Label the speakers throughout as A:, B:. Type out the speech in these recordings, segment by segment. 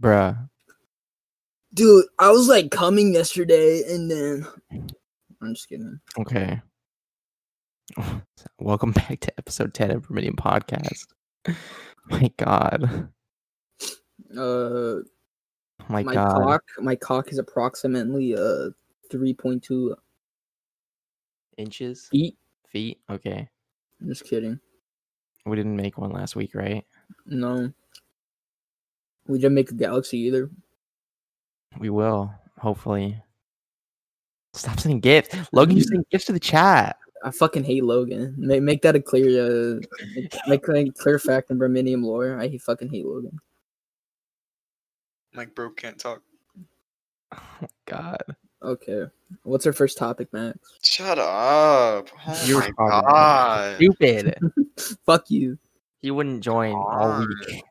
A: Bruh.
B: Dude, I was like coming yesterday and then I'm just kidding.
A: Okay. Welcome back to episode 10 of Vermilion Podcast. My god.
B: Uh
A: Oh my,
B: my
A: god.
B: cock my cock is approximately uh 3.2
A: Inches?
B: feet.
A: Feet? Okay.
B: I'm just kidding.
A: We didn't make one last week, right?
B: No. We didn't make a galaxy either.
A: We will, hopefully. Stop sending gifts. Logan, you send gifts to the chat.
B: I fucking hate Logan. Make, make that a clear uh make a clear fact in Brominium lore. I fucking hate Logan.
C: Like, bro can't talk.
A: Oh my god.
B: Okay. What's our first topic, Max?
C: Shut up. Oh
A: You're
C: my
A: probably-
C: god.
A: Stupid.
B: Fuck you.
A: He wouldn't join all week.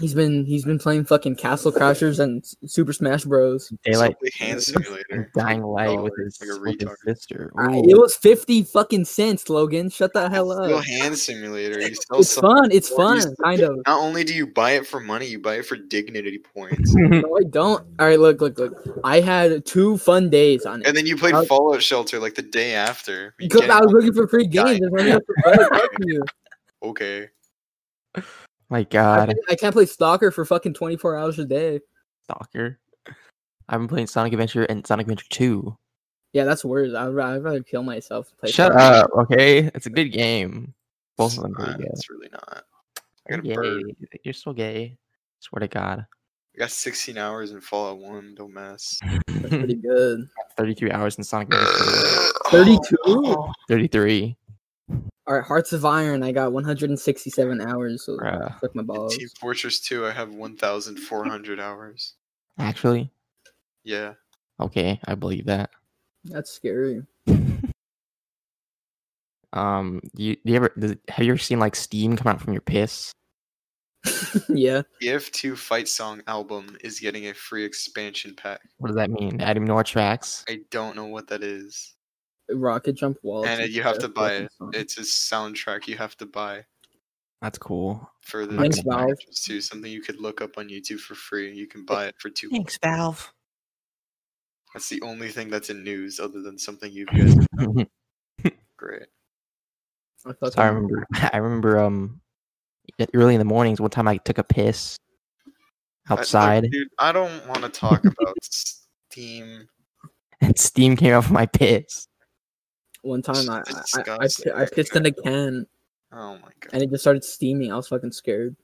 B: He's been he's been playing fucking Castle Crashers and S- Super Smash Bros.
A: Daylight
C: Subway hand simulator.
A: dying light
C: Oh,
A: with his,
C: it's like a
A: with his
C: retard.
A: sister.
B: I-
A: Ooh.
B: it was fifty fucking cents, Logan. Shut the hell
C: It's Still
B: up.
C: hand simulator. You still
B: It's
C: sell-
B: fun. It's
C: Or you
B: fun, kind of.
C: Not only do you buy it for money, you buy it for dignity points.
B: No, I don't. All right, look, look, look. I had two fun days on it
C: and then you played
B: I-
C: Fallout Shelter like the day after. You
B: because
C: get
B: I was
C: it.
B: looking for free games.
C: Guy.
B: and I was like, "Fuck you."
C: Okay.
A: my
B: I
A: god.
B: can't- I can't play Stalker for fucking twenty four hours a day.
A: Stalker. I've been playing Sonic Adventure and Sonic Adventure 2.
B: Yeah, that's worse. I'd, ra- I'd rather kill myself. than Play
A: Shut
B: Stalker.
A: up, okay? It's a good game. Both of them
C: Nah,
A: pretty good.
C: It's really not. I
A: You're
C: got a bird.
A: gay. You're so gay. Swear to God.
C: I got 16 hours in Fallout 1. Don't mess.
B: That's pretty good.
A: 33 hours in Sonic Adventure 2.
B: 32?
C: Oh.
A: 33.
B: All right, Hearts of Iron. I got one hundred and sixty seven hours. So
A: Bruh.
B: fuck my balls.
C: Team Fortress 2, I have 1,400 hours.
A: Actually,
C: Yeah.
A: okay, I believe that.
B: That's scary.
A: Um, do you, do you ever does, have you ever seen like steam come out from your piss?
B: yeah.
C: If 2 Fight Song album is getting a free expansion pack.
A: What does that mean? Add him to our tracks.
C: I don't know what that is.
B: Rocket Jump Wall.
C: and
B: is
C: it- you have
B: the
C: to buy it.
B: best fucking song.
C: It's a soundtrack you have to buy
A: That's cool.
C: for the
A: Thanks,
B: Valve.
C: Team Fortress 2. Something you could look up on YouTube for free. You can buy it for two.
A: Valve.
C: That's the only thing that's in news other than something you guys. Great.
B: I fucking-
A: I remember. I remember. Um, e- early in the mornings, one time I took a piss
C: I- look,
A: outside,
C: dude, I don't want to talk about Steam.
A: and steam came out from my piss.
B: One time I I,
C: It's
B: I, I,
C: disgusting.
B: pi- I pissed in a can
C: Oh my god.
B: and it just started steaming. I was fucking scared.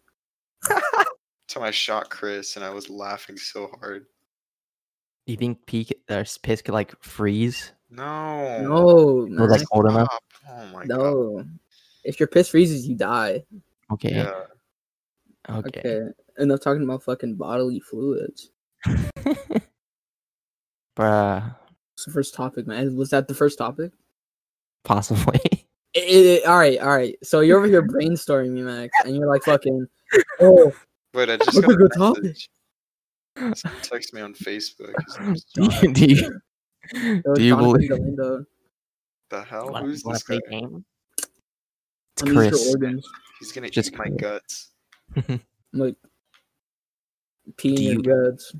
C: So I shot Chris and I was laughing so hard.
A: Do you think pee, c- or s- piss could like freeze?
C: No.
B: No,
A: It was like
B: man.
A: cold enough.
C: Stop. Oh my god.
B: no. If your piss freezes, you die.
A: Okay.
C: Yeah.
A: Okay.
B: Okay. Enough talking about fucking bodily fluids.
A: Bruh.
B: It's the first topic, man. Was that the first topic?
A: Possibly.
B: I- I- I- all right, all right. So you're over here brainstorming me, Max, and you're like fucking. Oh,
C: Wait, I just
B: What's
C: got
B: a good
C: a
B: topic?
C: message. Someone Text me on Facebook. His
A: do,
C: name's John.
A: you, do you-
B: it was
A: do you
B: Jonathan
A: believe?
B: Galindo.
C: the hell?
A: Wanna-
C: Who's
A: wanna
C: this guy?
A: play game? It's
B: I'm used to
A: Chris.
B: organs.
C: He's gonna
A: Just
C: eat my
A: kidding.
C: guts.
B: I'm like peeing
A: Do
B: your
A: you-
B: guts.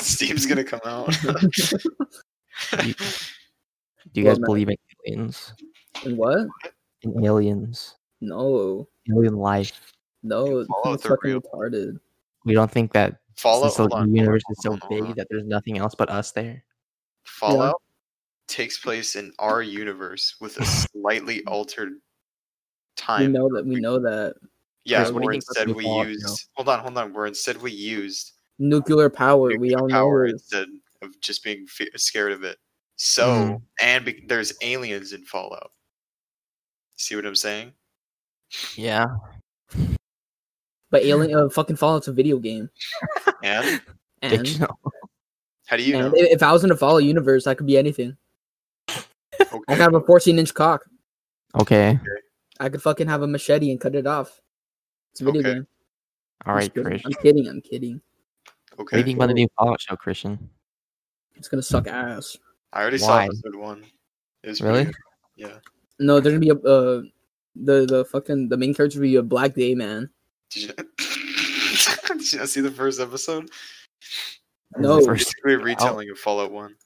C: Steam's gonna come out.
A: Do you
B: Well,
A: guys
B: no.
A: believe in aliens?
B: And what?
A: In aliens?
B: No,
A: Alien life?
B: no,
C: Fallout
B: that's
C: the
B: fucking
C: real-
B: retarded.
A: We don't think that
C: Fallout.
A: since the
C: hold on, hold on,
A: universe is so
C: hold on, hold
A: big
C: on.
A: that there's nothing else but us there.
C: Fallout takes place in our universe with a slightly altered
B: We
C: time.
B: know that. We know that
C: Yeah,
A: Chris, what do you
C: where
A: think that's
C: instead
A: gonna
C: we
A: be Fallout now?
C: used. Hold on, hold on. Where instead we used
B: nuclear power. we
C: nuclear
B: all
C: power
B: know.
C: instead of just being fe- scared of it. So
B: Mm-hmm.
C: and be- there's aliens in Fallout. See what I'm saying?
A: Yeah.
B: But alien, uh, fucking Fallout's a video game.
C: And
B: And,
C: how do you
B: and
C: know?
B: i- if I was in a Fallout universe, I could be anything. I
C: Okay.
B: could have a 14 inch cock.
A: Okay.
B: I could fucking have a machete and cut it off. It's a video
C: Okay.
B: game.
A: All
B: I'm
A: right,
B: just kidding.
A: Chris.
B: I'm
A: What
B: kidding. I'm kidding.
A: do you
C: Okay.
A: think about the new Fallout show, Christian?
B: It's gonna suck ass.
C: I already saw
A: Why?
C: episode one. It was
A: Really?
C: pretty good. Yeah.
B: No, there's gonna be a uh, the the fucking the main character will be a black gay man.
C: Did you- Did you not see the first episode?
A: This is
B: No.
A: the first oh.
C: We're retelling of Fallout One,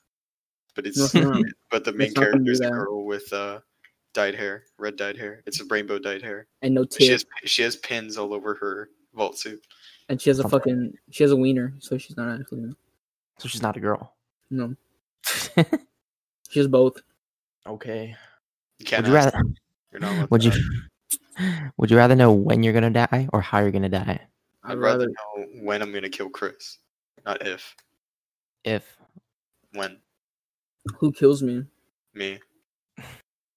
C: but it's
B: No, no.
C: but the main
B: Let's not
C: character
B: do
C: is a
B: that.
C: girl with uh, dyed hair, red dyed hair. It's a rainbow dyed hair.
B: and no
C: She
B: tits,
C: has she has pins all over her vault suit.
B: and she has a fucking she has a wiener, so she's not actually
A: so she's not a girl.
B: no. She has both.
A: Okay.
C: You can't.
A: would you
C: ask.
A: rather?
C: You're not allowed
A: Would
C: to
A: you?
C: ask.
A: Would you rather know when you're gonna die or how you're gonna die?
C: I'd rather know when I'm gonna kill Chris, not if.
A: If
C: When
B: who kills me,
C: me.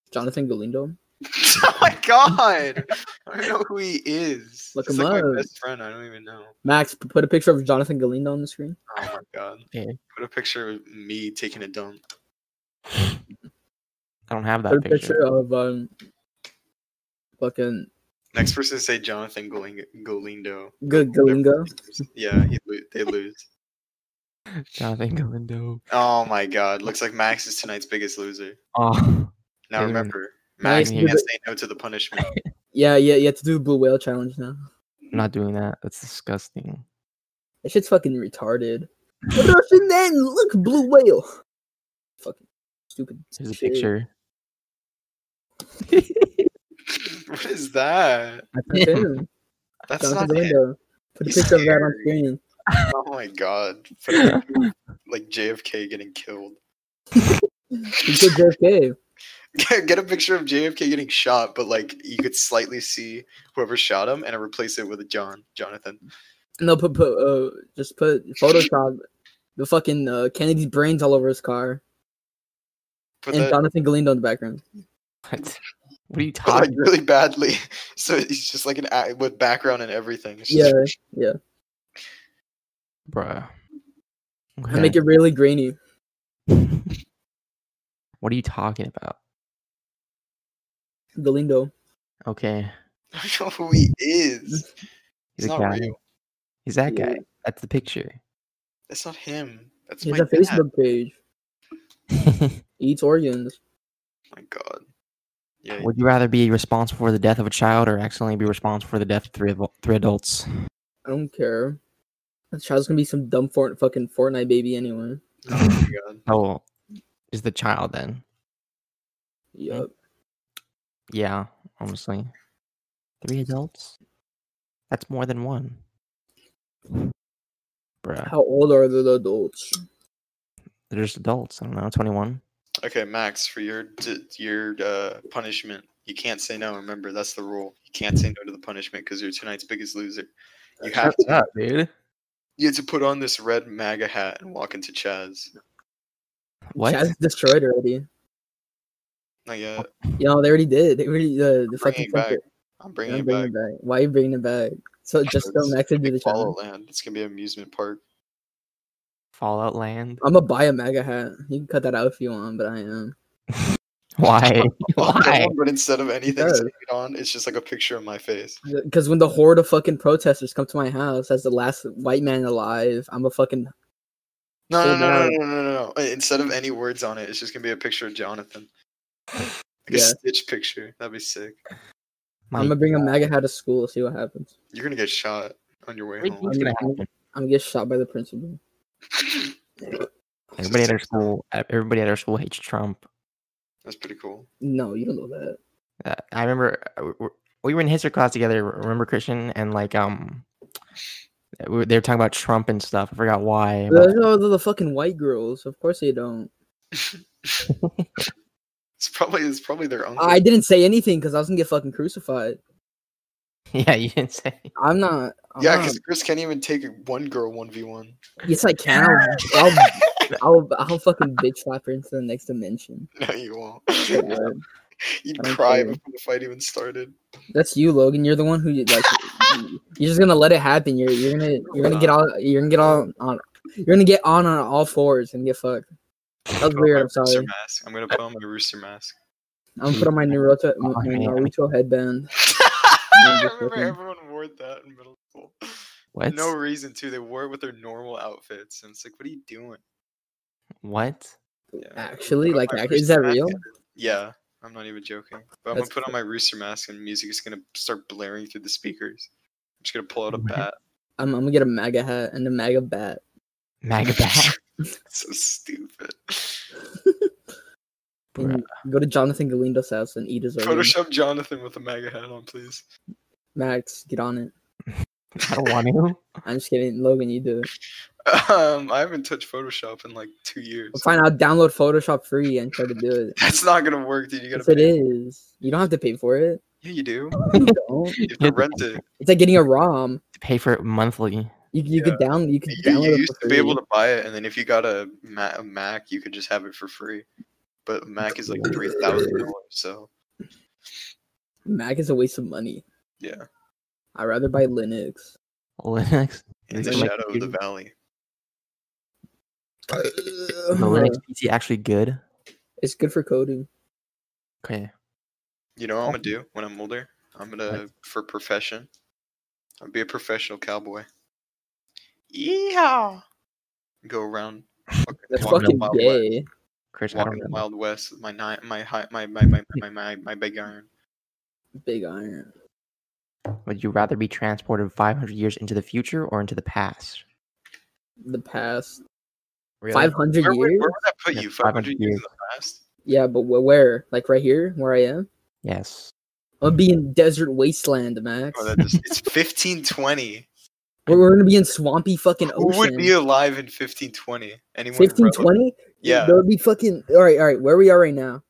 B: Jonathan Galindo.
C: oh my god! I don't know who he is.
B: Look
C: He's
B: him
C: like
B: up.
C: my best friend. I don't even know.
B: Max, p- put a picture of Jonathan Galindo on the screen.
C: Oh my god!
A: Okay.
C: Put a picture of me taking a dump.
A: I don't have
B: Put a
A: that
B: picture,
A: picture,
B: of um, fucking
C: Next person to say Jonathan Goling- Golindo.
B: good Galindo.
C: Yeah, he lo- they lose.
A: Jonathan Galindo.
C: Oh my god! Looks like Max is tonight's biggest loser.
A: Oh,
C: Now
A: Dude.
C: remember,
A: Max
C: Max can't
B: is-
C: say no to the punishment.
B: Yeah, yeah, you have to do the blue whale challenge now.
A: I'm not doing that. That's disgusting.
B: That shit's fucking retarded. Russian then look blue whale. Fucking stupid.
A: Here's a
B: shit.
A: picture.
C: what is that?
B: That's him.
C: That's
B: Jonathan
C: not it.
B: Galindo. Put a
C: He's
B: picture of that on
C: scary.
B: screen.
C: Oh my god! Put a picture of, like JFK getting killed.
B: He did JFK.
C: Get a picture of JFK getting shot, but like you could slightly see whoever shot him, and I replace it with a John, Jonathan.
B: No, put put uh, just put Photoshop. The fucking uh, Kennedy's brains all over his car,
C: Put
B: and
C: that
B: Jonathan Galindo in the background.
A: What? What are you
C: but, like
A: talking?
C: really badly, so it's just like an a- with background and everything. It's
B: Yeah,
C: just-
A: Bruh.
B: I make
A: Okay.
B: it really grainy.
A: what are you talking about?
B: Galindo.
A: Okay.
C: I don't know who he is. He's
A: a
C: not
A: guy.
C: real.
A: He's that
B: Yeah.
A: guy. That's the picture.
C: That's not him. That's
B: He
C: my
B: has a
C: dad.
B: Facebook page. He eats organs.
C: My God. Yeah.
A: Would you rather be responsible for the death of a child or accidentally be responsible for the death of three, adul- three adults?
B: I don't care. That child's gonna be some dumb Fort- fucking Fortnite baby anyway.
C: Oh my God.
A: Oh, is the child then?
B: Yup.
A: Yeah, honestly. Three adults? That's more than one. Bruh.
B: How old are the adults?
A: They're just adults. I don't know. 21.
C: Okay, Max, for your d- your uh, punishment, you can't say no. Remember, that's the rule. You can't say no to the punishment because you're tonight's biggest loser. You have to
A: up, dude.
C: you have to put on this red MAGA hat and walk into Chaz.
A: What?
B: Chad's destroyed already.
C: Not yet.
B: You know, they already did. They already uh, the
C: Bringing
B: fucking
C: it back.
B: fucker-
C: I'm
B: I'm
C: bringing
B: bringing
C: it back.
B: it back. Why are you bringing it back? So just so
C: Because
B: Max would do the
C: Big Follow
B: challenge.
C: Land. It's gonna be an amusement park.
A: Fallout Land?
B: I'm gonna buy a MAGA hat. You can cut that out if you want, but I am.
A: Why?
C: Well,
A: Why?
C: But instead of anything
B: does.
C: saying it on, it's just like a picture of my face.
B: Because when the horde of fucking protesters come to my house as the last white man alive, I'm a fucking.
C: No, no,
B: Hold
C: no, no,
B: on.
C: no, no, no, no. Instead of any words on it, it's just gonna be a picture of Jonathan. Like a
B: Yeah.
C: stitch picture. That'd be sick.
A: My-
B: I'm gonna bring a MAGA hat to school. See what happens.
C: You're gonna get shot on your way
A: What do you
C: home.
A: think's gonna happen?
B: I'm gonna get shot by the principal.
A: Everybody at our school, everybody at our school hates Trump.
C: That's pretty cool.
B: No, you don't know that.
A: Uh, I remember uh, we were- we were in history class together. Remember Christian and like um, we were- they were talking about Trump and stuff. I forgot why.
B: Those
A: But
B: are all the fucking white girls. Of course they don't.
C: It's probably it's probably their uncle.
B: I didn't say anything because I was gonna get fucking crucified.
A: yeah, you didn't say.
B: I'm not. I'm
C: yeah,
B: not-
C: because Chris can't even take one girl one v one.
B: yes, I can. I'll, I'll, I'll, I'll fucking bitch slap her into the next dimension.
C: No, you won't.
B: God.
C: You'd
B: I'm
C: cry
B: kidding.
C: before the fight even started.
B: That's you, Logan. You're the one who like. you- You're just gonna let it happen. You're you're gonna you're gonna get all you're gonna get all on you're gonna get on on all fours and get fucked. That was
C: Put on my
B: weird. I'm
C: rooster
B: sorry.
C: mask. I'm gonna put on my rooster mask.
B: I'm gonna put on my Naruto my
A: Oh, man.
B: Naruto headband.
C: I
B: just
C: remember
B: kidding.
C: everyone wore that in middle school.
A: What?
C: No reason to. They wore it with their normal outfits, and it's like, what are you doing?
A: What?
C: Yeah.
B: Actually,
C: Put on
B: like,
C: my
B: act- is
C: rooster
B: that
C: mask
B: real?
C: and- Yeah, I'm not even joking. But I'm
B: That's
C: gonna put on my rooster mask, and music is gonna start blaring through the speakers. I'm just gonna pull out a
A: What?
C: bat.
B: I'm, I'm gonna get a MAGA hat and a MAGA bat.
A: MAGA bat.
C: so stupid.
B: And go to Jonathan Galindo's house and eat his own.
C: Photoshop Jonathan with a MAGA hat on, please.
B: Max, get on it.
A: I don't want to.
B: I'm just kidding. Logan, you do it.
C: Um, I haven't touched Photoshop in like two years.
B: Well, fine, I'll download Photoshop free and try to do it.
C: That's not gonna work, dude. You gotta
B: Yes, it
C: pay.
B: is. You don't have to pay for it.
C: Yeah, you do.
B: You don't.
C: You have to rent it.
B: It's like getting a ROM.
A: Pay for it monthly.
B: You, you could down. You could
C: You,
B: download
C: you
B: it
C: used
B: for
C: to be able
B: free.
C: to buy it, and then if you got a, Ma- a Mac, you could just have it for free. But a Mac is like three thousand dollars, so
B: Mac is a waste of money.
C: yeah.
B: I'd rather buy Linux.
A: Linux.
C: In the
A: Is it like
C: shadow of the
A: computer?
C: valley. Uh,
A: Is the Linux
C: Uh-huh.
A: PC actually good?
B: It's good for coding.
A: Okay.
C: You know what I'm gonna do when I'm older? I'm gonna for profession. I'll be a professional cowboy. Yeah. Go around. fucking
B: That's
C: walking
B: fucking
C: the Wild West.
B: gay.
A: Chris, I don't
C: Walking the
A: know.
C: Wild West with my ni- my hi- my my my my my, my big iron.
B: Big iron.
A: Would you rather be transported 500 years into the future or into the past?
B: The past
A: Really?
B: 500
C: Where, would-
B: years.
C: where would that put
A: Yeah,
C: you?
A: 500
C: 500 years
A: years.
C: in the past?
B: Yeah, but wh- where? Like right here, where I am.
A: Yes.
B: I'm gonna be in desert wasteland, Max.
C: Oh, that just, it's 1520.
B: we're, we're gonna be in swampy fucking
C: Who would
B: ocean.
C: be alive in 1520? Anyone?
B: Fifteen
C: relevant?
B: twenty?
C: Yeah.
B: That would be fucking. All right, all right. Where we are right now,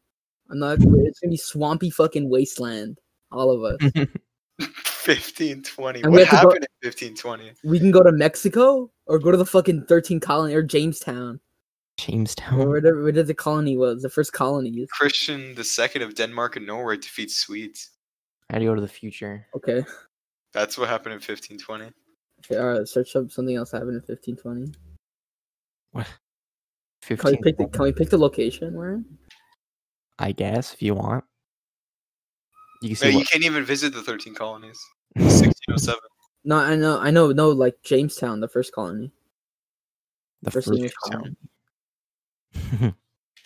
B: I'm not. It's gonna be swampy fucking wasteland. All of us.
C: 1520.
B: And we
C: What
B: have to go-
C: happened in 1520?
B: we can go to Mexico or go to the fucking thirteen colony or Jamestown or
A: Jamestown.
B: whatever, whatever the colony was, the first colonies.
C: Christian II of Denmark and Norway defeats Swedes.
A: I'd go to the future.
B: Okay.
C: That's what happened in 1520.
B: Okay. All right. Search up something else that happened in fifteen twenty. Can
A: 15,
B: we pick the Can we pick the location we're in?
A: I guess, if you want. You can
C: No,
A: see
C: you
A: what-
C: can't even visit the 13 colonies. 1607.
B: No, I know, I know, no, like Jamestown, the first colony.
A: the
B: first
A: first
B: English
A: colony.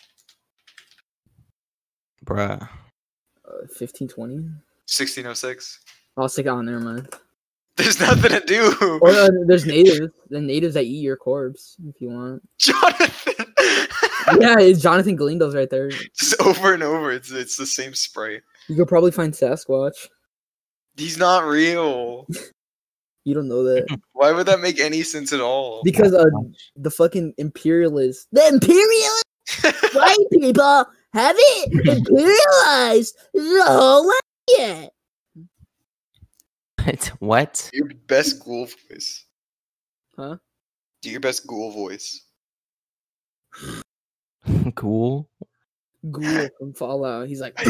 A: Bruh.
B: Uh, 1520?
C: 1606.
B: Oh, it's like, oh, never mind.
C: There's nothing to do.
B: Or uh, there's natives. The natives that eat your corpse, if you want.
C: Jonathan.
B: Yeah, it's Jonathan Galindo's right there.
C: Just over and over. It's it's the same sprite.
B: You could probably find Sasquatch.
C: He's not real.
B: You don't know that.
C: Why would that make any sense at all?
B: Because uh, the fucking imperialists. The imperialists! White people have it imperialized the whole land.
A: What? what?
C: Do your best ghoul voice.
B: Huh?
C: Do your best ghoul voice.
A: cool.
B: Ghoul from Fallout. He's like,
C: I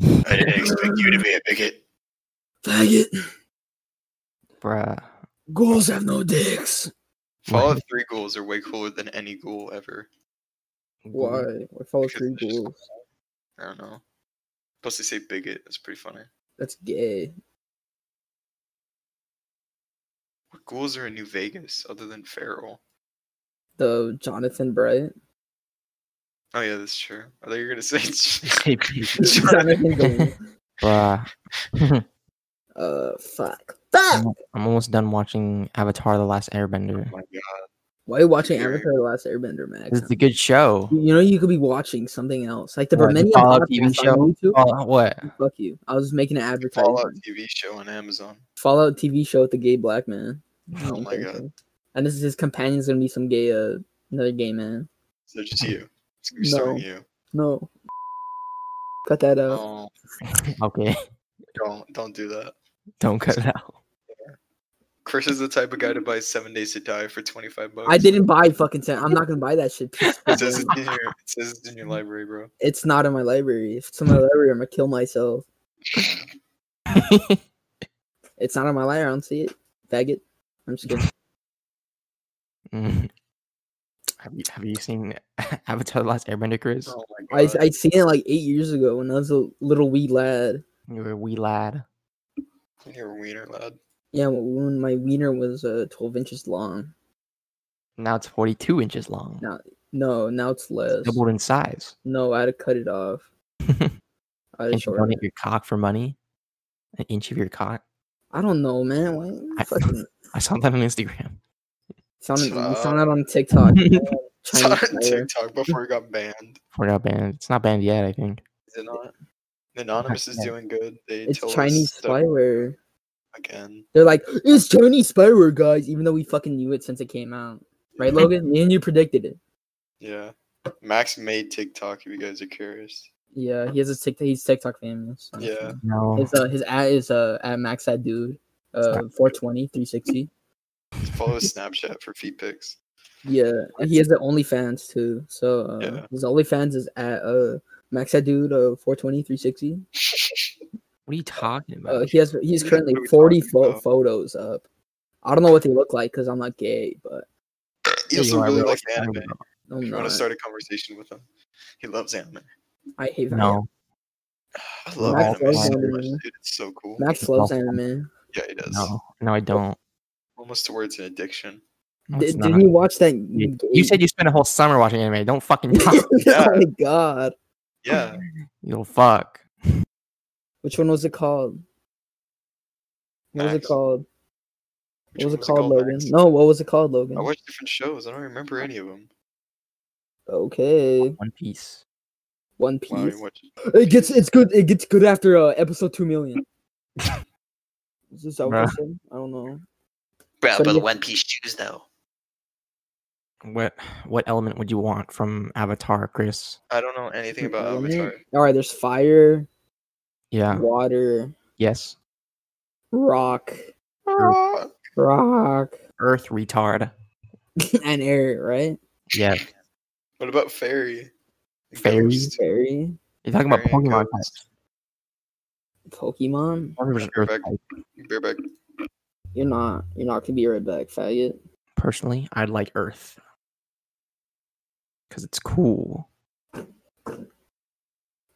C: didn't expect you to be a bigot.
B: faggot,
A: Bruh.
B: ghouls have no dicks.
C: Fallout 3 ghouls are way cooler than any ghoul ever.
B: Why? What Fallout
C: Because
B: 3
C: it's just-
B: ghouls?
C: I don't know. Plus, they say bigot. That's pretty funny.
B: That's gay.
C: What ghouls are in New Vegas other than feral?
B: The Jonathan Bright.
C: Oh, yeah, that's true. I thought you were going to say.
B: Jonathan Galinda.
A: Bruh.
B: Uh, fuck. Fuck!
A: I'm almost done watching Avatar The Last Airbender.
C: oh my god.
B: Why are you watching
C: Sure.
B: Avatar The Last Airbender, Max?
A: It's a good show.
B: You know you could be watching something else. Like the
A: What, the
B: Bermenian
A: Fallout
B: podcast
A: TV
B: on
A: show?
B: YouTube.
A: Oh, what?
B: Fuck you. I was making an advertisement.
C: Fallout
B: Fallout.
C: TV show on Amazon.
B: TV show with the gay black man.
C: Oh my god.
B: And this is his companion's gonna be some gay, uh, another gay man.
C: So just you. It's gonna be starring
B: No.
C: you.
B: No. Cut that out.
C: Oh,
A: Okay.
C: don't don't do that.
A: Don't cut it out.
C: Chris is the type of guy to buy Seven Days to Die for twenty five bucks.
B: I didn't buy fucking Sam. I'm not gonna buy that shit. Piece of
C: It says
B: shit.
C: it's in your, it says it's in your library, bro.
B: it's not in my library. If it's in my library, I'm gonna kill myself. It's not in my library. I don't see it. Faggot. I'm just
C: Oh
B: kidding.
A: Mm. Have you, have you seen Avatar: The Last Airbender, Chris?
C: Oh my
B: I
C: god.
B: I seen it like eight years ago when I was a little wee lad.
A: You were a wee lad.
C: You're a wiener lad.
B: Yeah, when my wiener was uh, 12 inches long.
A: Now it's 42 inches long,
B: No, No, now it's less.
A: doubled in size.
B: No, I had to cut it off. I had to
A: Inch of
B: shorten
A: money
B: it.
A: your cock for money. An inch of your cock.
B: I don't know, man. Why
A: I-
B: fucking
A: I saw that on Instagram.
B: sound it, you
C: Uh,
B: sound it on TikTok? man.
C: It's on
B: Chinese player.
C: TikTok before it got banned.
A: We're not banned. It's not banned yet, I think.
C: Is it not? Anonymous is
A: Okay.
C: doing good. They
B: It's
C: told
B: Chinese
C: us stuff
B: spyware.
C: again.
B: They're like, it's Chinese spyware, guys. Even though we fucking knew it since it came out, right, Logan? Me and you predicted it.
C: Yeah. Max made TikTok if you guys are curious.
B: Yeah, he has a TikTok. He's TikTok famous. so-
C: Yeah.
A: No.
B: His uh, his ad is uh at Max that dude, uh 420 360.
C: Follow his Snapchat for feet pics.
B: Yeah, and he has the OnlyFans too. So uh,
C: Yeah.
B: his OnlyFans is at uh Max that dude uh 420 360.
A: What are you talking about?
B: Uh, he has he's
C: What
B: currently
C: are we
B: 40
C: talking
B: pho-
C: about?
B: photos up. I don't know what they look like because I'm not gay, but
C: He
A: Yeah,
C: also
A: you are
C: really
A: real.
C: likes
A: I don't
C: anime.
A: know.
B: I'm
C: If you want
B: not.
C: to start a conversation with him, he loves anime.
B: I hate that.
A: No.
C: I love
A: Max
C: anime
A: loves
C: so much,
B: anime.
C: dude. It's so cool.
B: Max loves anime.
C: yeah, he does.
A: No. No, I don't.
C: Almost to where it's an addiction.
A: No,
B: Did,
A: it's
B: didn't
A: not.
B: you watch that?
A: You you said you spent a whole summer watching anime. Don't fucking talk.
B: oh
C: Yeah.
B: my god! Oh
C: Yeah.
A: you little fuck.
B: Which one was it called? What was it
C: Max.
B: called? what
C: Which
B: was
C: one
B: it called, Logan?
C: Max?
B: No, what was it called, Logan?
C: I watched different shows. I don't remember any of them.
B: Okay,
A: One Piece.
B: One
C: Wow,
B: Piece.
C: you watched
B: it gets it's good. It gets good after uh, episode two million. Is this how
A: Bruh.
B: it said? I don't know.
C: Bro,
B: Some- but the
C: One Piece shoes though.
A: What what element would you want from Avatar, Chris?
C: I don't know anything about
B: Element?
C: Avatar.
B: All right, there's fire,
A: Yeah.
B: water,
A: Yes.
B: rock,
C: Ah,
B: rock,
A: Earth retard.
B: and air. Right?
A: Yeah.
C: What about fairy? And
A: Fairy?
C: ghost?
B: Fairy,
A: You're talking about
C: Fairy and
A: Pokemon
C: ghost.
A: types.
B: Pokemon.
A: Pokemon versus Earth
C: Perfect.
A: type.
C: Bareback.
B: You're not. You're not gonna be right back, faggot.
A: Personally, I'd like Earth. Because it's cool.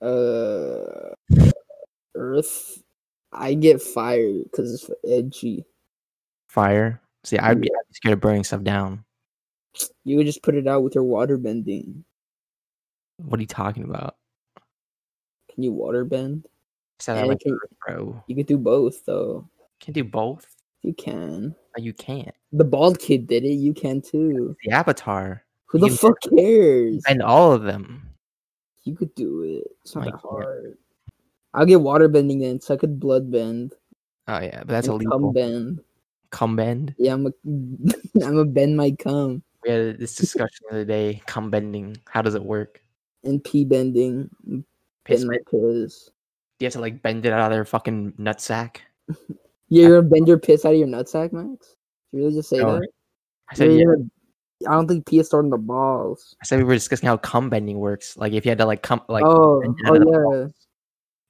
B: Uh, Earth. I get fire because it's edgy.
A: Fire. See, I'd be, I'd be scared of burning stuff down.
B: You would just put it out with your water bending.
A: What are you talking about?
B: Can you water bend?
A: I said I
B: Yeah,
A: like
B: you
A: Earth, bro.
B: You could do both though.
A: Can do both?
B: You can.
A: No, you can't.
B: The bald kid did it. You can too.
A: The Avatar.
B: Who
A: You
B: the
A: can
B: fuck cares?
A: And all of them.
B: You could do it. It's not
A: I
B: that
A: can't.
B: hard. I'll get water bending then, so I could blood bend.
A: Oh yeah, but that's
B: and
A: illegal.
B: Cum
A: Cum bend.
B: bend. Yeah, I'm a, I'm a bend my cum
A: We had this discussion the other day. Cum bending. How does it work?
B: and pee bending.
A: Piss.
B: Bend my piss.
A: You have to like bend it out of their fucking nutsack.
B: Yeah, you're gonna bend your piss out of your nutsack, Max. You really just say that?
A: No, I
B: You're
A: said yeah.
B: gonna- I don't think pee is starting the balls.
A: I said we were discussing how cum bending works. Like if you had to like cum like
B: oh,
A: bend out
B: oh
A: of the
B: yeah.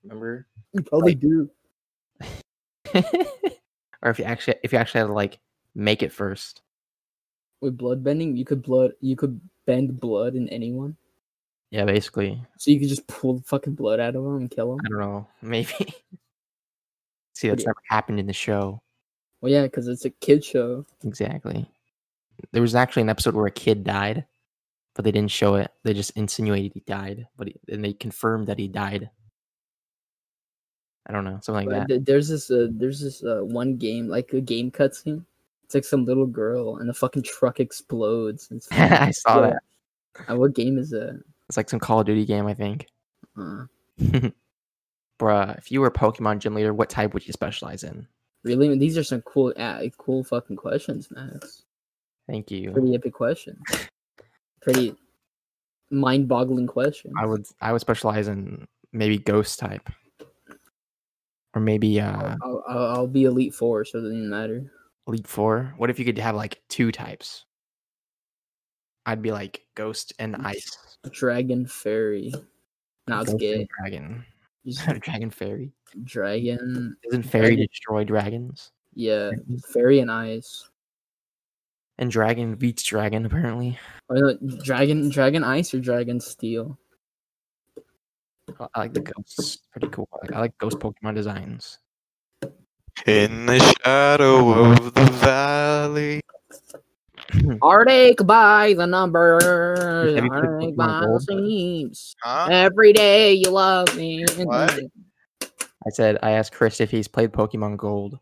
A: remember,
B: You probably
A: Like-
B: do.
A: or if you actually if you actually had to like make it first.
B: With blood bending, you could blood you could bend blood in anyone.
A: Yeah, basically.
B: So you could just pull the fucking blood out of them and kill them.
A: I don't know. Maybe. See, that's
B: Yeah.
A: never happened in the show.
B: Well, yeah, because it's a kid show.
A: Exactly. There was actually an episode where a kid died, but they didn't show it. They just insinuated he died, but he, and they confirmed that he died. I don't know, something like
B: But
A: that.
B: th- there's this uh, there's this uh, one game like a game cutscene. It's like some little girl and the fucking truck explodes. It's fucking-
A: I saw
B: Yeah.
A: that.
B: Uh, what game is that?
A: It's like some Call of Duty game, I think.
B: Uh,
A: Bruh, if you were a Pokemon gym leader, what type would you specialize in?
B: really, these are some cool uh, cool fucking questions, Max.
A: Thank you.
B: Pretty epic question. Pretty mind-boggling question.
A: I would I would specialize in maybe ghost type. Or maybe uh
B: I'll, I'll, I'll be elite four, so it doesn't even matter.
A: Elite Four. What if you could have like two types? I'd be like ghost and ice.
B: Dragon fairy. Now it's
A: Ghost and
B: gay.
A: Dragon.
B: Just
A: dragon fairy.
B: dragon.
A: Doesn't fairy
B: Dragon.
A: destroy dragons?
B: Yeah,
A: Dragons.
B: fairy and ice.
A: And dragon beats dragon apparently.
B: Or no, dragon, dragon ice or dragon steel.
A: I, I like the ghosts. Pretty cool. I like, I like ghost Pokemon designs.
C: In the shadow of the valley.
B: Heartache by the numbers,
A: Have you played
B: heartache by
A: Pokemon
B: the
A: Gold?
B: seams.
C: Huh?
B: Every day you love me.
C: What?
A: I said I asked Chris if he's played Pokemon Gold.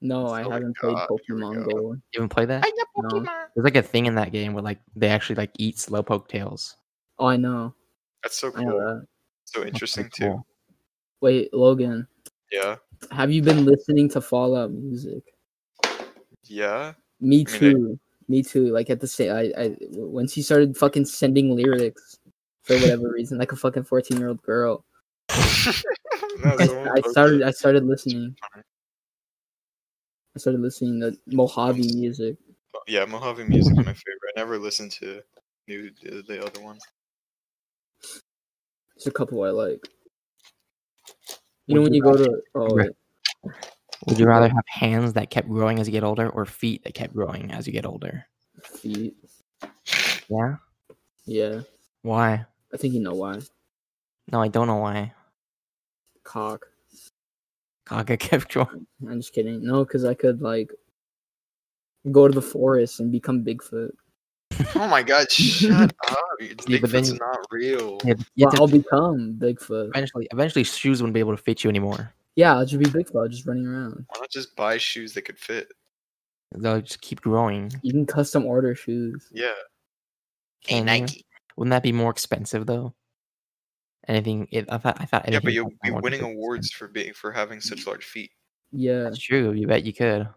B: No, I
C: Oh my
B: haven't played
C: God, here we
B: Pokemon
C: go.
B: Go.
A: You haven't played that?
B: No.
A: There's like a thing in that game where like they actually like eat slowpoke tails.
B: Oh, I know.
C: That's so
B: I know
C: cool.
B: that.
C: So
A: That's pretty
C: interesting too.
A: cool.
B: Wait, Logan,
C: Yeah.
B: have you been listening to Fallout music?
C: Yeah.
B: Me
C: I mean, I-
B: too. Me too. Like at the same, I, I once he started fucking sending lyrics for whatever reason, like a fucking fourteen year old girl.
C: No,
B: I,
C: someone
B: I
C: posted
B: started.
C: it.
B: I started listening. I started listening to Mojave music.
C: Yeah, Mojave Music is my favorite. I never listened to new the, the other one.
B: There's a couple I like. You know when you go to oh
A: Right.
B: wait.
A: Would you rather have hands that kept growing as you get older or feet that kept growing as you get older?
B: feet.
A: Yeah.
B: Yeah,
A: Why?
B: I think you know why.
A: No, I don't know why.
B: Cock.
A: Kaga kept growing.
B: I'm just kidding. No, because I could like go to the forest and become Bigfoot.
C: Oh my god, shut up.
A: Yeah, but then
C: Bigfoot's
A: you-
C: not real.
A: Yeah,
B: Yeah,
A: yeah,
B: I'll become Bigfoot.
A: eventually, eventually, shoes wouldn't be able to fit you anymore.
B: Yeah, I'll just be Bigfoot, just running around.
C: Why not just buy shoes that could fit?
A: They'll just keep growing.
B: You can custom order shoes.
C: Yeah.
A: Hey, Nike. Wouldn't that be more expensive though? Anything? It, I thought. I thought.
C: Yeah, but
A: anything
C: you'll
A: like that
C: be
A: would
C: winning
A: fit.
C: awards for being for having such large feet.
B: Yeah,
A: That's true. You bet you could.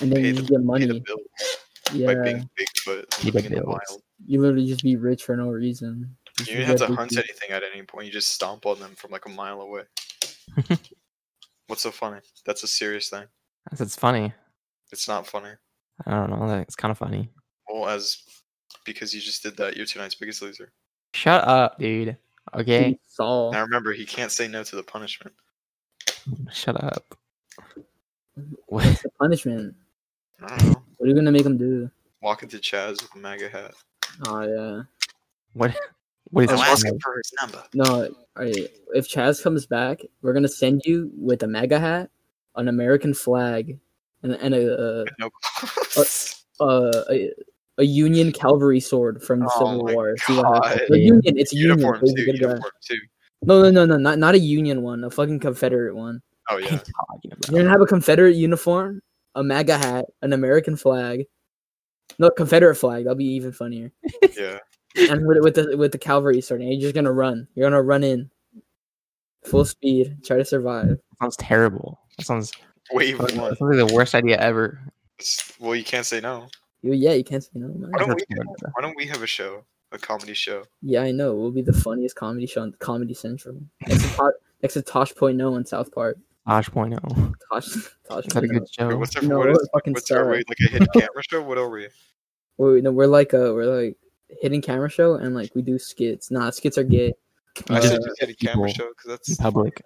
B: and then
C: Pay
B: you
C: the-
B: get
C: Pay the
B: money.
C: bill by
B: Yeah,
C: being Bigfoot.
A: You
C: living
A: get
C: in the
A: bills.
C: wild.
B: you literally just be rich for no reason.
C: You
B: should
C: don't have
B: get
C: to hunt
B: Bigfoot.
C: anything at any point. You just stomp on them from like a mile away. What's so funny? That's a serious thing.
A: That's, it's funny.
C: It's not funny.
A: I don't know. It's kind of funny.
C: Well, as because you just did that, you're tonight's biggest loser.
A: Shut up, dude. Okay.
B: Dude, Saul.
C: Now remember, he can't say no to the punishment.
A: Shut up.
B: What's
A: What?
B: the punishment?
C: I don't know.
B: What are you gonna make him do?
C: Walk into Chaz with a MAGA hat.
B: Oh yeah.
A: What? What is
C: I'm
A: this?
C: asking for his number.
B: No, alright. If Chaz comes back, we're gonna send you with a mega hat, an American flag, and, and a,
C: No.
B: a, a a a Union cavalry sword from the
C: Oh
B: Civil
C: my
B: War. See what
C: God.
B: happens. The Union, it's Union.
C: uniform
B: baby,
C: too.
B: good guy.
C: Uniform too.
B: No, no, no, no, not not a Union one, a fucking Confederate one.
C: Oh
A: What are you
C: yeah.
A: talking about?
B: You're gonna have a Confederate uniform, a MAGA hat, an American flag. No, Confederate flag. That'll be even funnier.
C: Yeah.
B: And with, with the with the cavalry sword, and you're just gonna run. You're gonna run in, full speed, try to survive.
A: That sounds terrible. That sounds,
C: Wave
A: that
C: one.
A: sounds like the worst idea ever.
C: It's- Well, you can't say no.
B: You, yeah, you can't say no. Man.
C: Why don't
A: That's
C: we?
A: good.
C: Why don't we have a show? A comedy show.
B: Yeah, I know. We'll be the funniest comedy show on Comedy Central. Next to, to- next to Tosh Point No on South Park.
A: Tosh point oh.
B: Tosh Tosh
A: Is that a
B: Point No.
A: good
C: Wait,
A: show?
C: what's our,
B: No,
C: what
B: we're
C: is,
B: fucking
C: what's our
B: sad.
C: way? Like a hidden camera show? What are we?
B: We're, no, we're like a we're like hidden camera show, and like we do skits. Nah, skits are gay.
C: I said
B: Uh,
C: just hidden camera
A: people
C: show because
A: In
C: that's
A: public.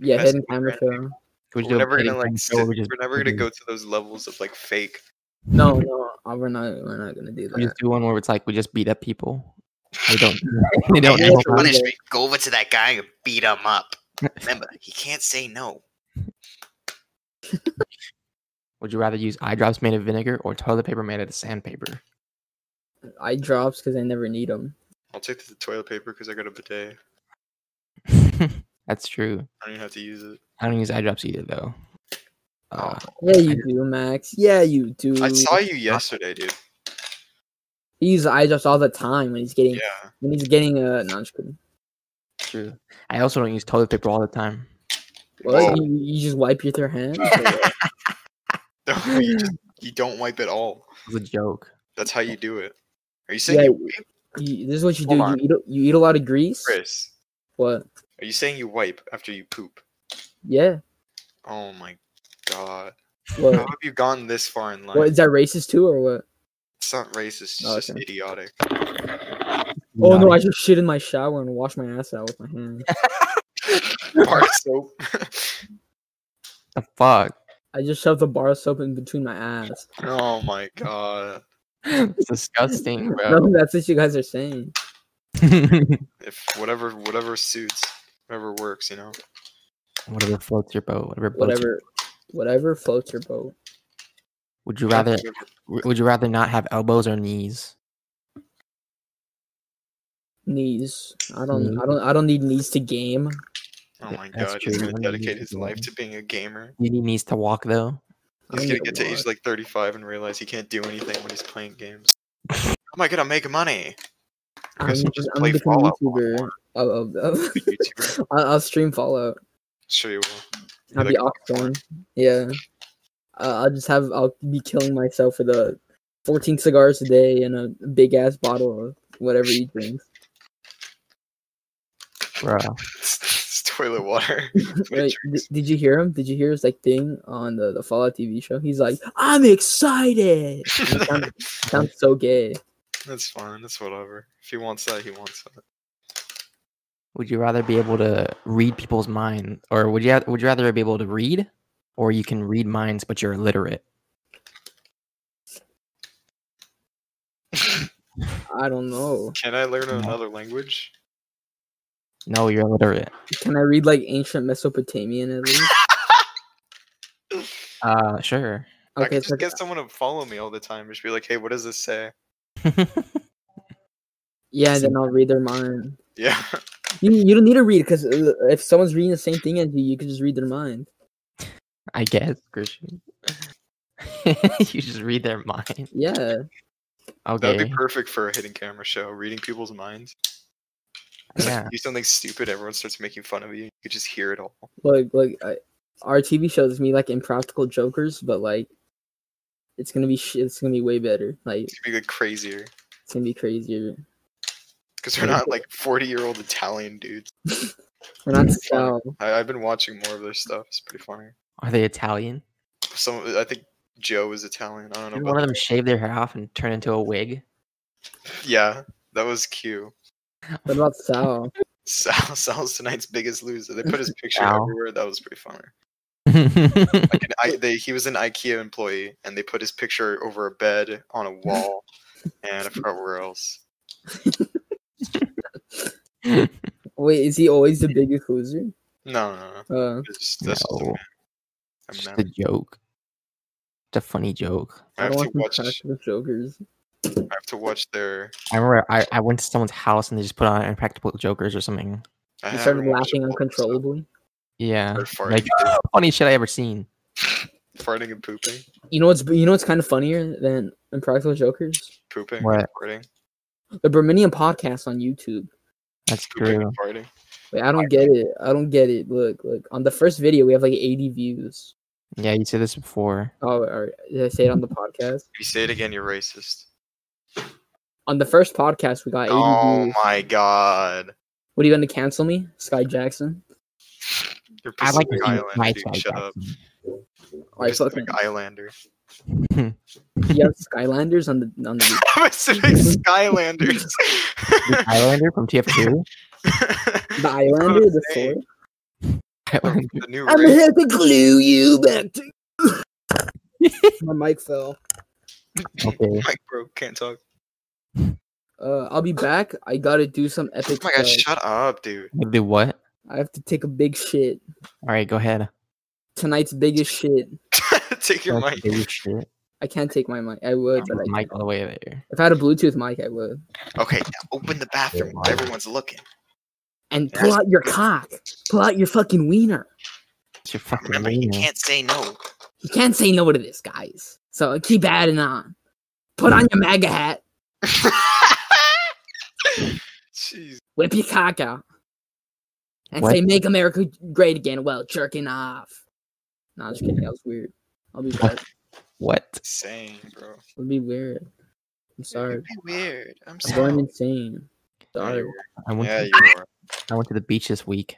B: Yeah,
C: That's
B: hidden camera
C: different.
B: show.
A: Could we just do
C: we're
A: a
C: never gonna
A: paid
C: like
A: thing
C: sit,
A: show where
C: we're
A: just-
C: never
A: we
C: gonna
A: do-
C: go to those levels of like fake.
B: No, no, uh, we're not. We're not gonna do
A: We
B: that.
A: just do one where it's like we just beat up people. They don't. they don't.
B: Hey,
A: know.
B: it's funny. punishment.
C: Go over to that guy and beat him up. Remember, he can't say no.
A: Would you rather use eye drops made of vinegar or toilet paper made out of sandpaper?
B: Eye drops because I never need them.
C: I'll take the toilet paper because I got a bidet.
A: That's true.
C: I don't even have to use it.
A: I don't use eye drops either though.
C: Oh,
A: Uh,
B: Yeah, you do, Max. Yeah, you do.
C: I saw you yesterday, dude.
B: He uses eye drops all the time when he's getting
C: Yeah,
B: when he's getting uh. No, I'm just kidding.
A: true. I also don't use toilet paper all the time.
B: Well,
C: Whoa.
B: you, you just wipe with your hand.
C: no, you, just, you don't wipe at all.
A: It's a joke.
C: That's how you do it. Are you saying
B: Yeah.
C: you wipe,
B: You, this is what you do.
C: Hold
B: You
C: on.
B: eat, a- you eat a lot of grease.
C: Chris?
B: What?
C: Are you saying you wipe after you poop?
B: Yeah.
C: Oh my god! How
B: What?
C: have you gone this far in life?
B: what is that racist too or what?
C: It's not racist. It's
B: Oh,
C: just
B: okay.
C: idiotic.
B: Oh no, I
A: Idiotic.
B: just shit in my shower and wash my ass out with my hand.
C: Bar soap.
A: the fuck.
B: I just shoved the bar of soap in between my ass.
C: oh my god!
A: It's disgusting, bro.
B: No, that's what you guys are saying.
C: If whatever, whatever suits, whatever works, you know.
A: whatever floats your boat, whatever. Boats your-
B: Whatever, whatever floats your boat.
A: Would you rather? Would you rather not have elbows or knees?
B: Knees. I don't.
A: Mhm.
C: Mm-hmm.
B: I don't. I don't need knees to game.
C: Oh
A: Yeah,
C: my
A: that's
C: god, he's
A: true.
C: gonna
A: When did he
C: dedicate his
A: do
C: life
A: that?
C: to being a gamer.
A: He needs to walk though.
B: I'm
C: He's
B: gonna
C: gonna get to
B: a
C: age
B: lot.
C: like 35 and realize he can't do anything when he's playing games. Oh How am I gonna make money? I guess
B: I'm
C: I'll
B: just-
C: just
B: I'm
C: play
B: becoming a
C: Fallout. more and
B: YouTuber.
C: more.
B: I'll, I'll, I'll,
C: Be a YouTuber.
B: I'll, I'll stream Fallout.
C: Sure you will.
B: I'll be
C: like-
B: Oxhorn. Yeah. Uh, I'll just have. I'll be killing myself with a 14 cigars a day and a big ass bottle of whatever he drinks.
A: Bruh.
C: It's, it's toilet water.
B: Right? D- did you hear him? Did you hear his like thing on the, the Fallout TV show? He's like, I'm excited. And it sounds, sounds so gay.
C: That's fine. That's whatever. If he wants that, he wants that.
A: Would you rather be able to read people's mind, or would you ha- would you rather be able to read, or you can read minds but you're illiterate?
B: I don't know.
C: Can I learn another language?
A: No, you're illiterate.
B: Can I read like ancient Mesopotamian at least?
A: Uh, sure.
C: I
B: Okay,
C: could
B: so
C: just get someone to follow me all the time. Just be like, hey, what does this say?
B: yeah, then I'll read their mind.
C: Yeah.
B: You, you don't need to read because if someone's reading the same thing as you, you can just read their mind.
A: I guess Christian. you just read their mind.
B: Yeah,
C: That'd
A: Okay.
C: be perfect for a hidden camera show, reading people's minds. It's like,
A: Yeah.
C: do something stupid, everyone starts making fun of you. You could just hear it all.
B: like like I, our TV shows is me like impractical jokers, but like it's gonna be sh- it's gonna be way better. Like
C: It's gonna be like crazier.
B: it's gonna be crazier.
C: Because they're not like 40 year old Italian dudes.
B: We're not
C: Mhm.
B: so
C: I, I've been watching more of their stuff. It's pretty funny.
A: Are they Italian?
C: Some, I think Joe is Italian. I don't
A: Did
C: know.
A: one
C: About
A: of them shave their hair off and turn into a wig?
C: Yeah, that was cute.
B: What about Sal?
C: Sal, Sal's tonight's biggest loser. They put his picture
A: Sal.
C: everywhere. That was pretty funny.
A: That's
C: Like an, I, they, he was an IKEA employee, and they put his picture over a bed on a wall, and I forgot where else.
B: Wait, is he always the biggest loser?
C: No, no, no.
B: Uh,
C: It's just, that's just a
A: No.
C: man. I'm
A: just
C: mad.
A: a joke. It's a funny joke.
C: I
B: I
C: have
B: don't
C: to
B: want
C: watch.
B: impractical jokers.
C: I have to watch their.
A: I remember I, I went to someone's house and they just put on Impractical Jokers or something.
C: I
B: He
C: haven't
B: started
C: watched
B: laughing
C: all of them, so-
B: uncontrollably.
A: Yeah.
C: Or farting.
A: Like funny shit I ever seen.
C: farting and pooping,
B: You know what's you know what's kind of funnier than impractical jokers?
C: pooping,
A: What?
C: farting,
B: The Berminian podcast on YouTube.
A: That's
C: pooping,
A: true.
C: and farting.
B: Wait, I don't get it. I don't get it. Look, look. On the first video, we have like 80 views.
A: Yeah, you said this before.
B: Oh, all right. Did I say it on the podcast?
C: If you say it again, you're racist.
B: On the first podcast, we got 80
C: Oh
B: views.
C: my god.
B: What are you going to cancel me, Sky Jackson?
C: You're
A: I like
C: Pacific
A: to eat
C: Islander,
A: my
C: dude. Shut up.
B: All right, fuck
C: Pacific Islander.
A: side.
B: you have Skylanders on the on the.
C: Pacific Skylanders.
A: Highlander from TF2.
B: The Islander, the sword.
A: Highlander.
C: the new
B: I'm
C: race.
B: here to glue you back to. my mic fell.
A: Okay.
C: Like, bro, can't talk. Oh
B: Uh, I'll be back. I gotta do some
C: Oh
B: epic.
C: my god,
B: stuff.
C: shut up, dude.
A: Do what?
B: I have to take a big shit.
A: All right, go ahead.
B: Tonight's biggest shit.
C: Take your
A: That's
C: mic.
A: big shit.
B: I can't take my mic. I would, but I
A: Mic all the way there.
B: If I had a Bluetooth mic, I would.
C: Okay, now open the bathroom while everyone's looking.
B: And
C: Yeah.
B: pull out your cock. Pull out your fucking wiener.
A: It's your fucking
C: Remember, you
A: wiener.
C: can't say no.
B: You can't say no to this, guys. So keep adding on. Put on your MAGA hat.
C: Jeez.
B: Whip your cock out. And
A: What?
B: say, make America great again while jerking off. Nah, just kidding. That was weird. I'll be
A: What?
B: back.
A: What?
C: Insane, bro.
B: It'll be weird. I'm sorry.
C: It'd be weird. I'm
B: I'm
C: sorry.
B: going insane.
C: Yeah,
B: Sorry.
C: you were.
A: I went,
C: Yeah,
A: to,
C: you were.
A: I went to the beach this week.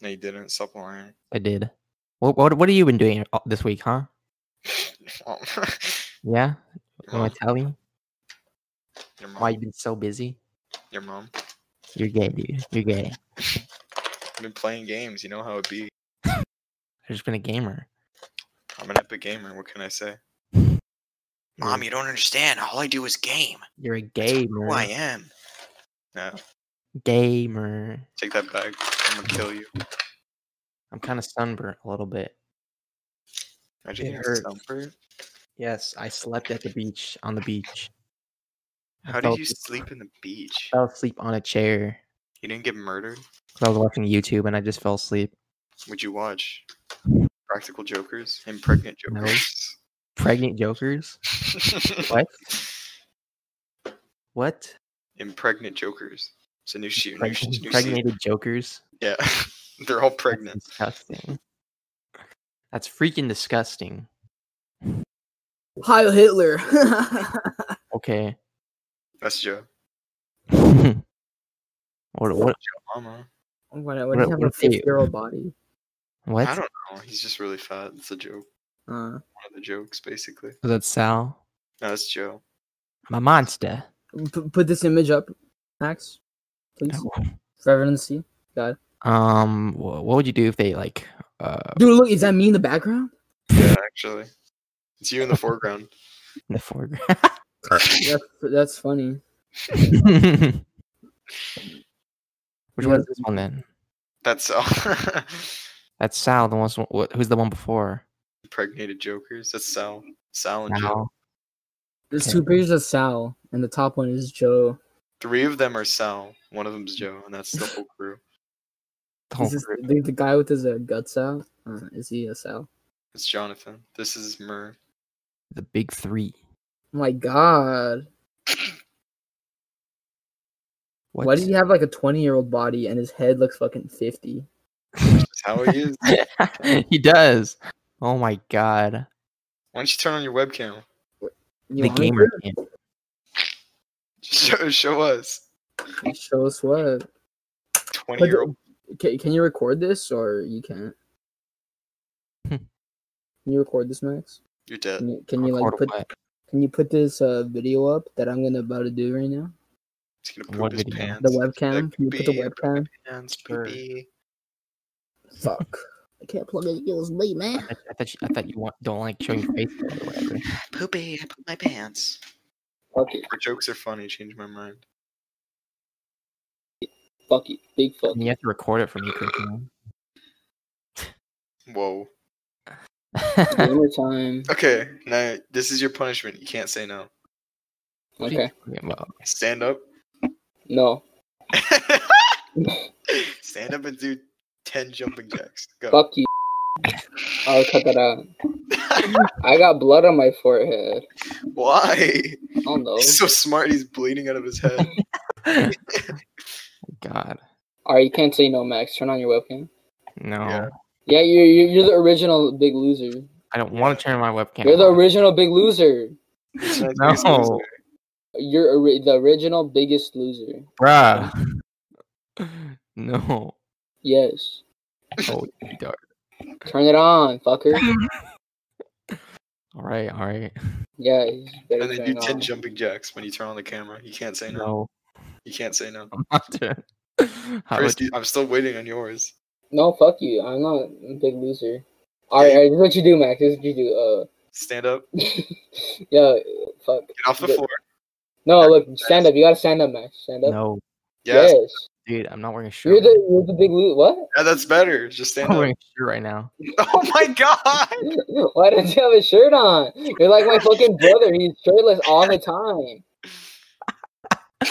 C: No, you didn't. Stop lying.
A: I did. What, what, what have you been doing all- this week, huh?
C: Mom.
A: Yeah? You want
C: Your mom.
A: to tell me
C: Your
A: why
C: mom.
A: you've been so busy?
C: Your mom.
A: You're gay, dude. You're gay.
C: I've been playing games. You know how it be.
A: I've just been a gamer.
C: I'm an epic gamer. What can I say? Mom, you don't understand. All I do is game.
A: You're a gamer.
C: Who I am. No,
A: Gamer.
C: take that back. I'm gonna kill you.
A: I'm kind of sunburnt a little bit.
C: Imagine
A: It
C: getting
A: hurts.
C: sunburned.
A: Yes, I slept at the beach on the beach. I
C: How
A: fell
C: did you
A: asleep-
C: sleep in the beach?
A: fell asleep on a chair
C: You didn't get murdered?
A: 'cause I was watching YouTube and I just fell asleep.
C: Would you watch Practical Jokers and Pregnant
A: No.
C: Jokers?
A: Pregnant jokers? What? What?
C: Impregnant Jokers. It's a new shoot. New, sh-
A: Preg-
C: new season.
A: Pregnated jokers?
C: Yeah, they're all
A: That's
C: pregnant.
A: disgusting. That's freaking disgusting.
B: Heil Hitler.
A: Okay.
C: That's Joe.
A: what what
C: Mama.
B: what,
A: What-
B: what do you have a
A: what do you-
B: fifty-year-old body?
A: what?
C: I don't know. He's just really fat. It's a joke.
B: Uh,
C: One of the jokes, basically.
A: Is that Sal?
C: No, that's Joe.
A: My monster.
B: p- put this image up, Max, please, for everyone to see.
A: Um, wha- what would you do if they like? Uh,
B: Dude, look, is that me in the background?
C: Yeah, actually. It's you in the foreground.
A: in the foreground.
B: That's that's funny.
A: Which
B: Yeah.
A: one is this one then?
C: That's all.
A: That's Sal. The one who's the one before.
C: Impregnated Jokers. That's Sal. Sal and Joe.
A: Sal.
B: There's
A: Okay.
B: two pictures of Sal, and the top one is Joe.
C: Three of them are Sal. One of them's Joe, and that's the whole crew.
A: The whole
B: Is this,
A: group.
B: the, the guy with his uh, guts out? Uh, is he a Sal?
C: It's Jonathan. This is Mur.
A: The big three.
B: My God,
A: What?
B: why does he have like a twenty-year-old body and his head looks fucking fifty?
C: That's how he is. Why
A: he does. Oh my god.
C: don't you turn on your webcam?
B: You
A: the
B: want me
A: gamer.
B: to
A: Camp.
C: Show, show us.
B: Show us what.
C: 20 year old.
B: Can, can you record this or you can't?
A: Hmm.
B: can you record this, Max?
C: You're
B: Can
C: dead.
B: you, can you like
A: Record
B: put
A: what?
B: can you put this uh, video up that I'm gonna about to do right now?
C: He's gonna
A: What
C: poop his
A: video?
C: pants.
B: The webcam. Can you put the
C: be-
B: webcam?
C: Pants,
A: Sure.
C: pee-pee.
B: Fuck. I can't plug it. It was late, man.
A: I, I thought you, I thought you want, don't like showing your face or whatever.
C: Poopy, I put my pants.
B: Fuck it.
C: Your jokes are funny. Change my mind.
B: Fuck it. Big fuck.
A: And you have to record it for me, Christian.
C: Whoa.
B: One more time.
C: Okay, now this is your punishment. You can't say no.
B: Okay.
A: well,
C: Stand up.
B: No.
C: Stand up and do 10 jumping jacks. Go.
B: Fuck you. I'll cut that out. I got blood on my forehead.
C: Why?
B: I don't know.
C: He's so smart, he's bleeding out of his head.
A: God,
B: All right, you can't say no, Max. Turn on your webcam.
A: no.
C: Yeah.
B: Yeah, you're you're, you're the original big loser.
A: I don't want to turn my webcam.
B: You're the
A: on.
B: original big loser.
A: no,
B: You're ori- the original biggest loser.
A: bruh. No.
B: Yes.
A: Oh, you dark.
B: Turn it on, fucker.
A: All right, all right.
B: Yeah. you better
C: And then
B: turn
C: do
B: it
C: 10
B: on.
C: jumping jacks when you turn on the camera. You can't say no.
A: No,
C: You can't say no.
A: I'm not doing. How
C: Chris,
A: would
C: you- I'm still waiting on yours.
B: No, fuck you. I'm not a big loser. All right, all right. This is what you do, Max. This is what you do. Uh,
C: Stand up.
B: yeah. Fuck.
C: Get off the
B: Good.
C: floor.
B: No, look. Stand up. You gotta stand up, Max. Stand up.
A: no,
C: Yes.
A: dude? I'm not wearing a shirt.
B: You're the you're the big loser. What?
C: Yeah, that's better. Just
A: I'm
C: stand
A: not
C: up.
A: wearing a shirt right now.
C: Oh my god.
B: Why don't you have a shirt on? You're like my fucking brother. He's shirtless all the time.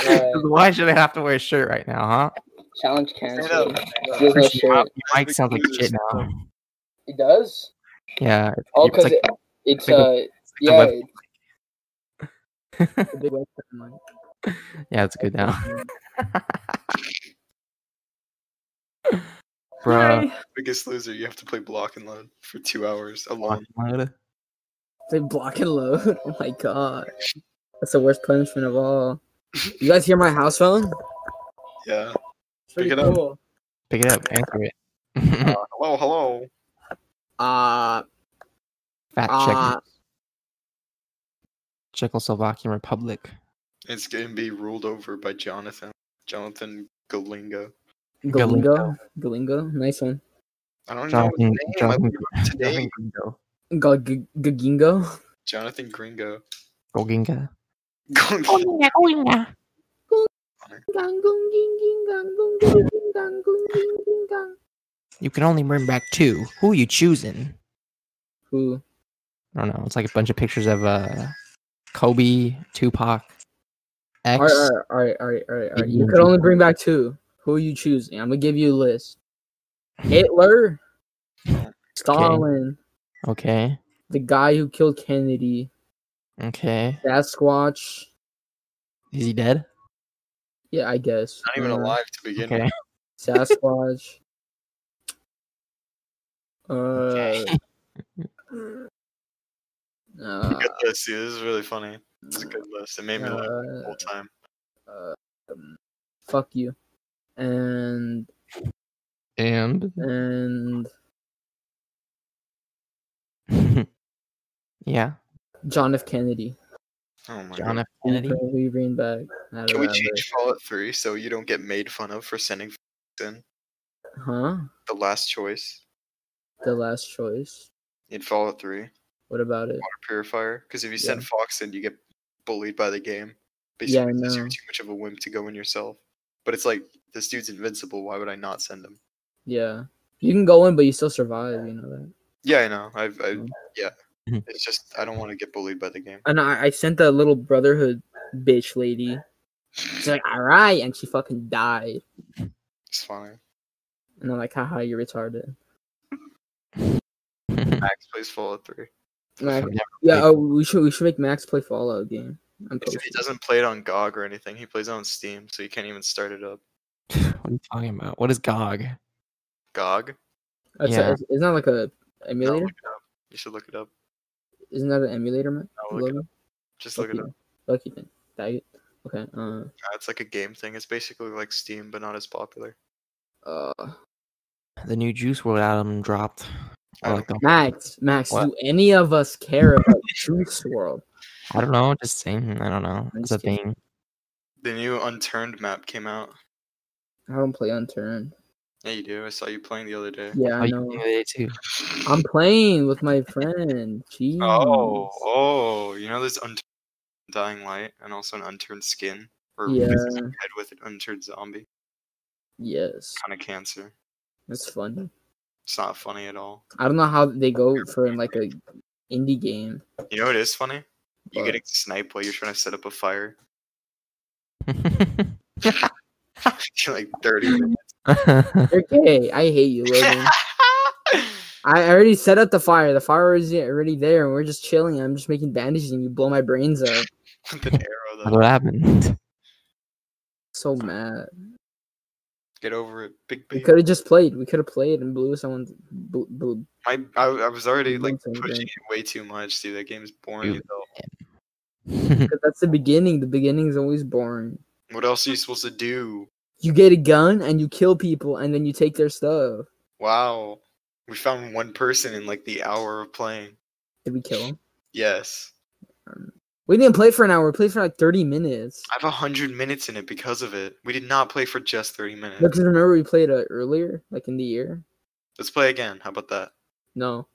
B: Alright.
A: Why should I have to wear a shirt right now, huh?
B: Challenge
C: Stand
B: canceled.
C: up.
B: He has no
A: Christian, your
B: shirt.
A: mic- your mic sounds like shit now.
B: He does.
A: Yeah,
B: Oh,
A: It's
B: because
A: like-
B: it, it's
A: like
B: uh, yeah,
A: a- the web-
B: it's a big website, man.
A: yeah, it's good now, bruh.
C: Biggest loser. You have to play block and load for two hours alone.
A: Fucking load.
B: They block and load. Oh my god, that's the worst punishment of all. You guys hear my house phone?
C: Yeah.
B: It's pretty
C: Pick it up.
B: cool.
A: Pick it up, answer it.
C: Uh, hello, hello.
B: Uh,
A: Fact
B: uh,
A: check. Czechoslovakian Republic.
C: It's going to be ruled over by Jonathan. Jonathan Galinga.
B: Galingo, Galingo, nice one.
C: I don't know.
A: Jonathan,
C: his name. I
A: Jonathan,
C: looked it up Today,
A: Jonathan Gringo.
B: Gal- G- Gagingo,
C: Jonathan Gringo.
A: Golginga.
C: Golginga.
A: You can only bring back two. Who you choosing?
B: who?
A: I don't know. It's like a bunch of pictures of uh, Kobe, Tupac,
B: All
A: X.
B: right, all right, all right, all right, all right, all right. You could only bring back two. Who are you choosing? I'm gonna give you a list. Hitler, Stalin,
A: Okay.
B: the guy who killed Kennedy,
A: Okay.
B: Sasquatch.
A: Is he dead?
B: Yeah, I guess.
C: Not even
B: Uh,
C: alive to begin
A: Okay.
C: with.
B: Sasquatch. uh,
A: Okay.
B: uh,
C: Good list, dude. This is really funny. It's a good list. It made me laugh the
B: uh,
C: whole time.
B: um, fuck you. And
A: And
B: and
A: yeah,
B: John F. Kennedy.
C: Oh my
A: John
C: god.
A: F. Kennedy.
B: We bring back. I don't
C: Can we
B: remember.
C: change Fallout 3 so you don't get made fun of for sending in
B: Huh?
C: the last choice
B: The last choice.
C: in Fallout 3?
B: What about it?
C: Water Purifier? Because if you send Fox in, you get bullied by the game.
B: Yeah, I
C: Basically, 'cause you're
B: know.
C: too much of a wimp to go in yourself. But it's like, this dude's invincible. Why would I not send him?
B: Yeah. You can go in, but you still survive. You know that.
C: Yeah, I know. I've, I,
B: Mm.
C: yeah.
A: Mhm.
C: It's just, I don't want to get bullied by the game.
B: And I, I sent that little brotherhood bitch lady. She's like, all right, and she fucking died.
C: It's fine.
B: And I'm like, haha, you're retarded.
C: Max plays Fallout 3.
B: Like,
A: Fuck.
B: yeah, oh, we should we should make Max play Fallout game. I'm
C: It's- He
B: posting.
C: doesn't play it on GOG or anything. He plays it on Steam, so you can't even start it up.
A: What are you talking about? What is GOG?
C: GOG?
B: It's,
A: Yeah.
B: a, it's not like a
C: No,
B: emulator.
C: look it up. You should look it up.
B: Isn't that an emulator, man?
C: No, look it up. Just look it up.
B: Lucky man. Faggot. Okay. Uh.
C: Uh, It's like a game thing. It's basically like Steam, but not as popular.
B: Uh.
A: The new Juice World album dropped.
C: I
B: Oh,
A: Or
C: don't
A: like the-
B: Max. Max.
A: What?
B: Do any of us care about Juice World?
A: I don't know. Just saying. I don't know. It's a
B: just kidding.
A: thing.
C: The new Unturned map came out.
B: I don't play Unturned.
C: Yeah, you do. I saw you playing the other day.
B: Yeah,
A: Oh,
B: I
A: you
B: know.
A: can do it too.
B: I'm playing with my friend. Jeez.
C: Oh, oh, you know there's Unturned Dying Light and also an Unturned Skin. Or
B: Yeah.
C: replaces your head with an Unturned Zombie.
B: Yes.
C: Kind of cancer.
B: That's fun.
C: It's not funny at all.
B: I don't know how they go for like a indie game.
C: You know what is funny? You
B: What?
C: getting sniped while you're trying to set up a fire. you're like 30
B: You're gay. I hate you, Logan. I already set up the fire. The fire is already there, and we're just chilling. I'm just making bandages, and you blow my brains out.
C: with an arrow though.
A: what happened?
B: So mad.
C: Get over it, big
B: We
C: B.
B: could have just played. We could have played and blew someone's. Blew, blew.
C: My, I, I was already
B: Don't
C: like
B: say anything.
C: pushing it way too much, dude. That game's boring.
A: Dude.
C: as hell.
B: 'cause That's the beginning. The beginning's always boring.
C: What else are you supposed to do?
B: You get a gun and you kill people, and then you take their stuff.
C: Wow, we found one person in like the hour of playing.
B: Did we kill him?
C: Yes,
B: We didn't play for an hour. We played for like 30 minutes.
C: I have a hundred minutes in it because of it. We did not play for just thirty minutes.
B: Because remember we played uh, earlier, like in the year.
C: Let's play again. How about that?
B: No,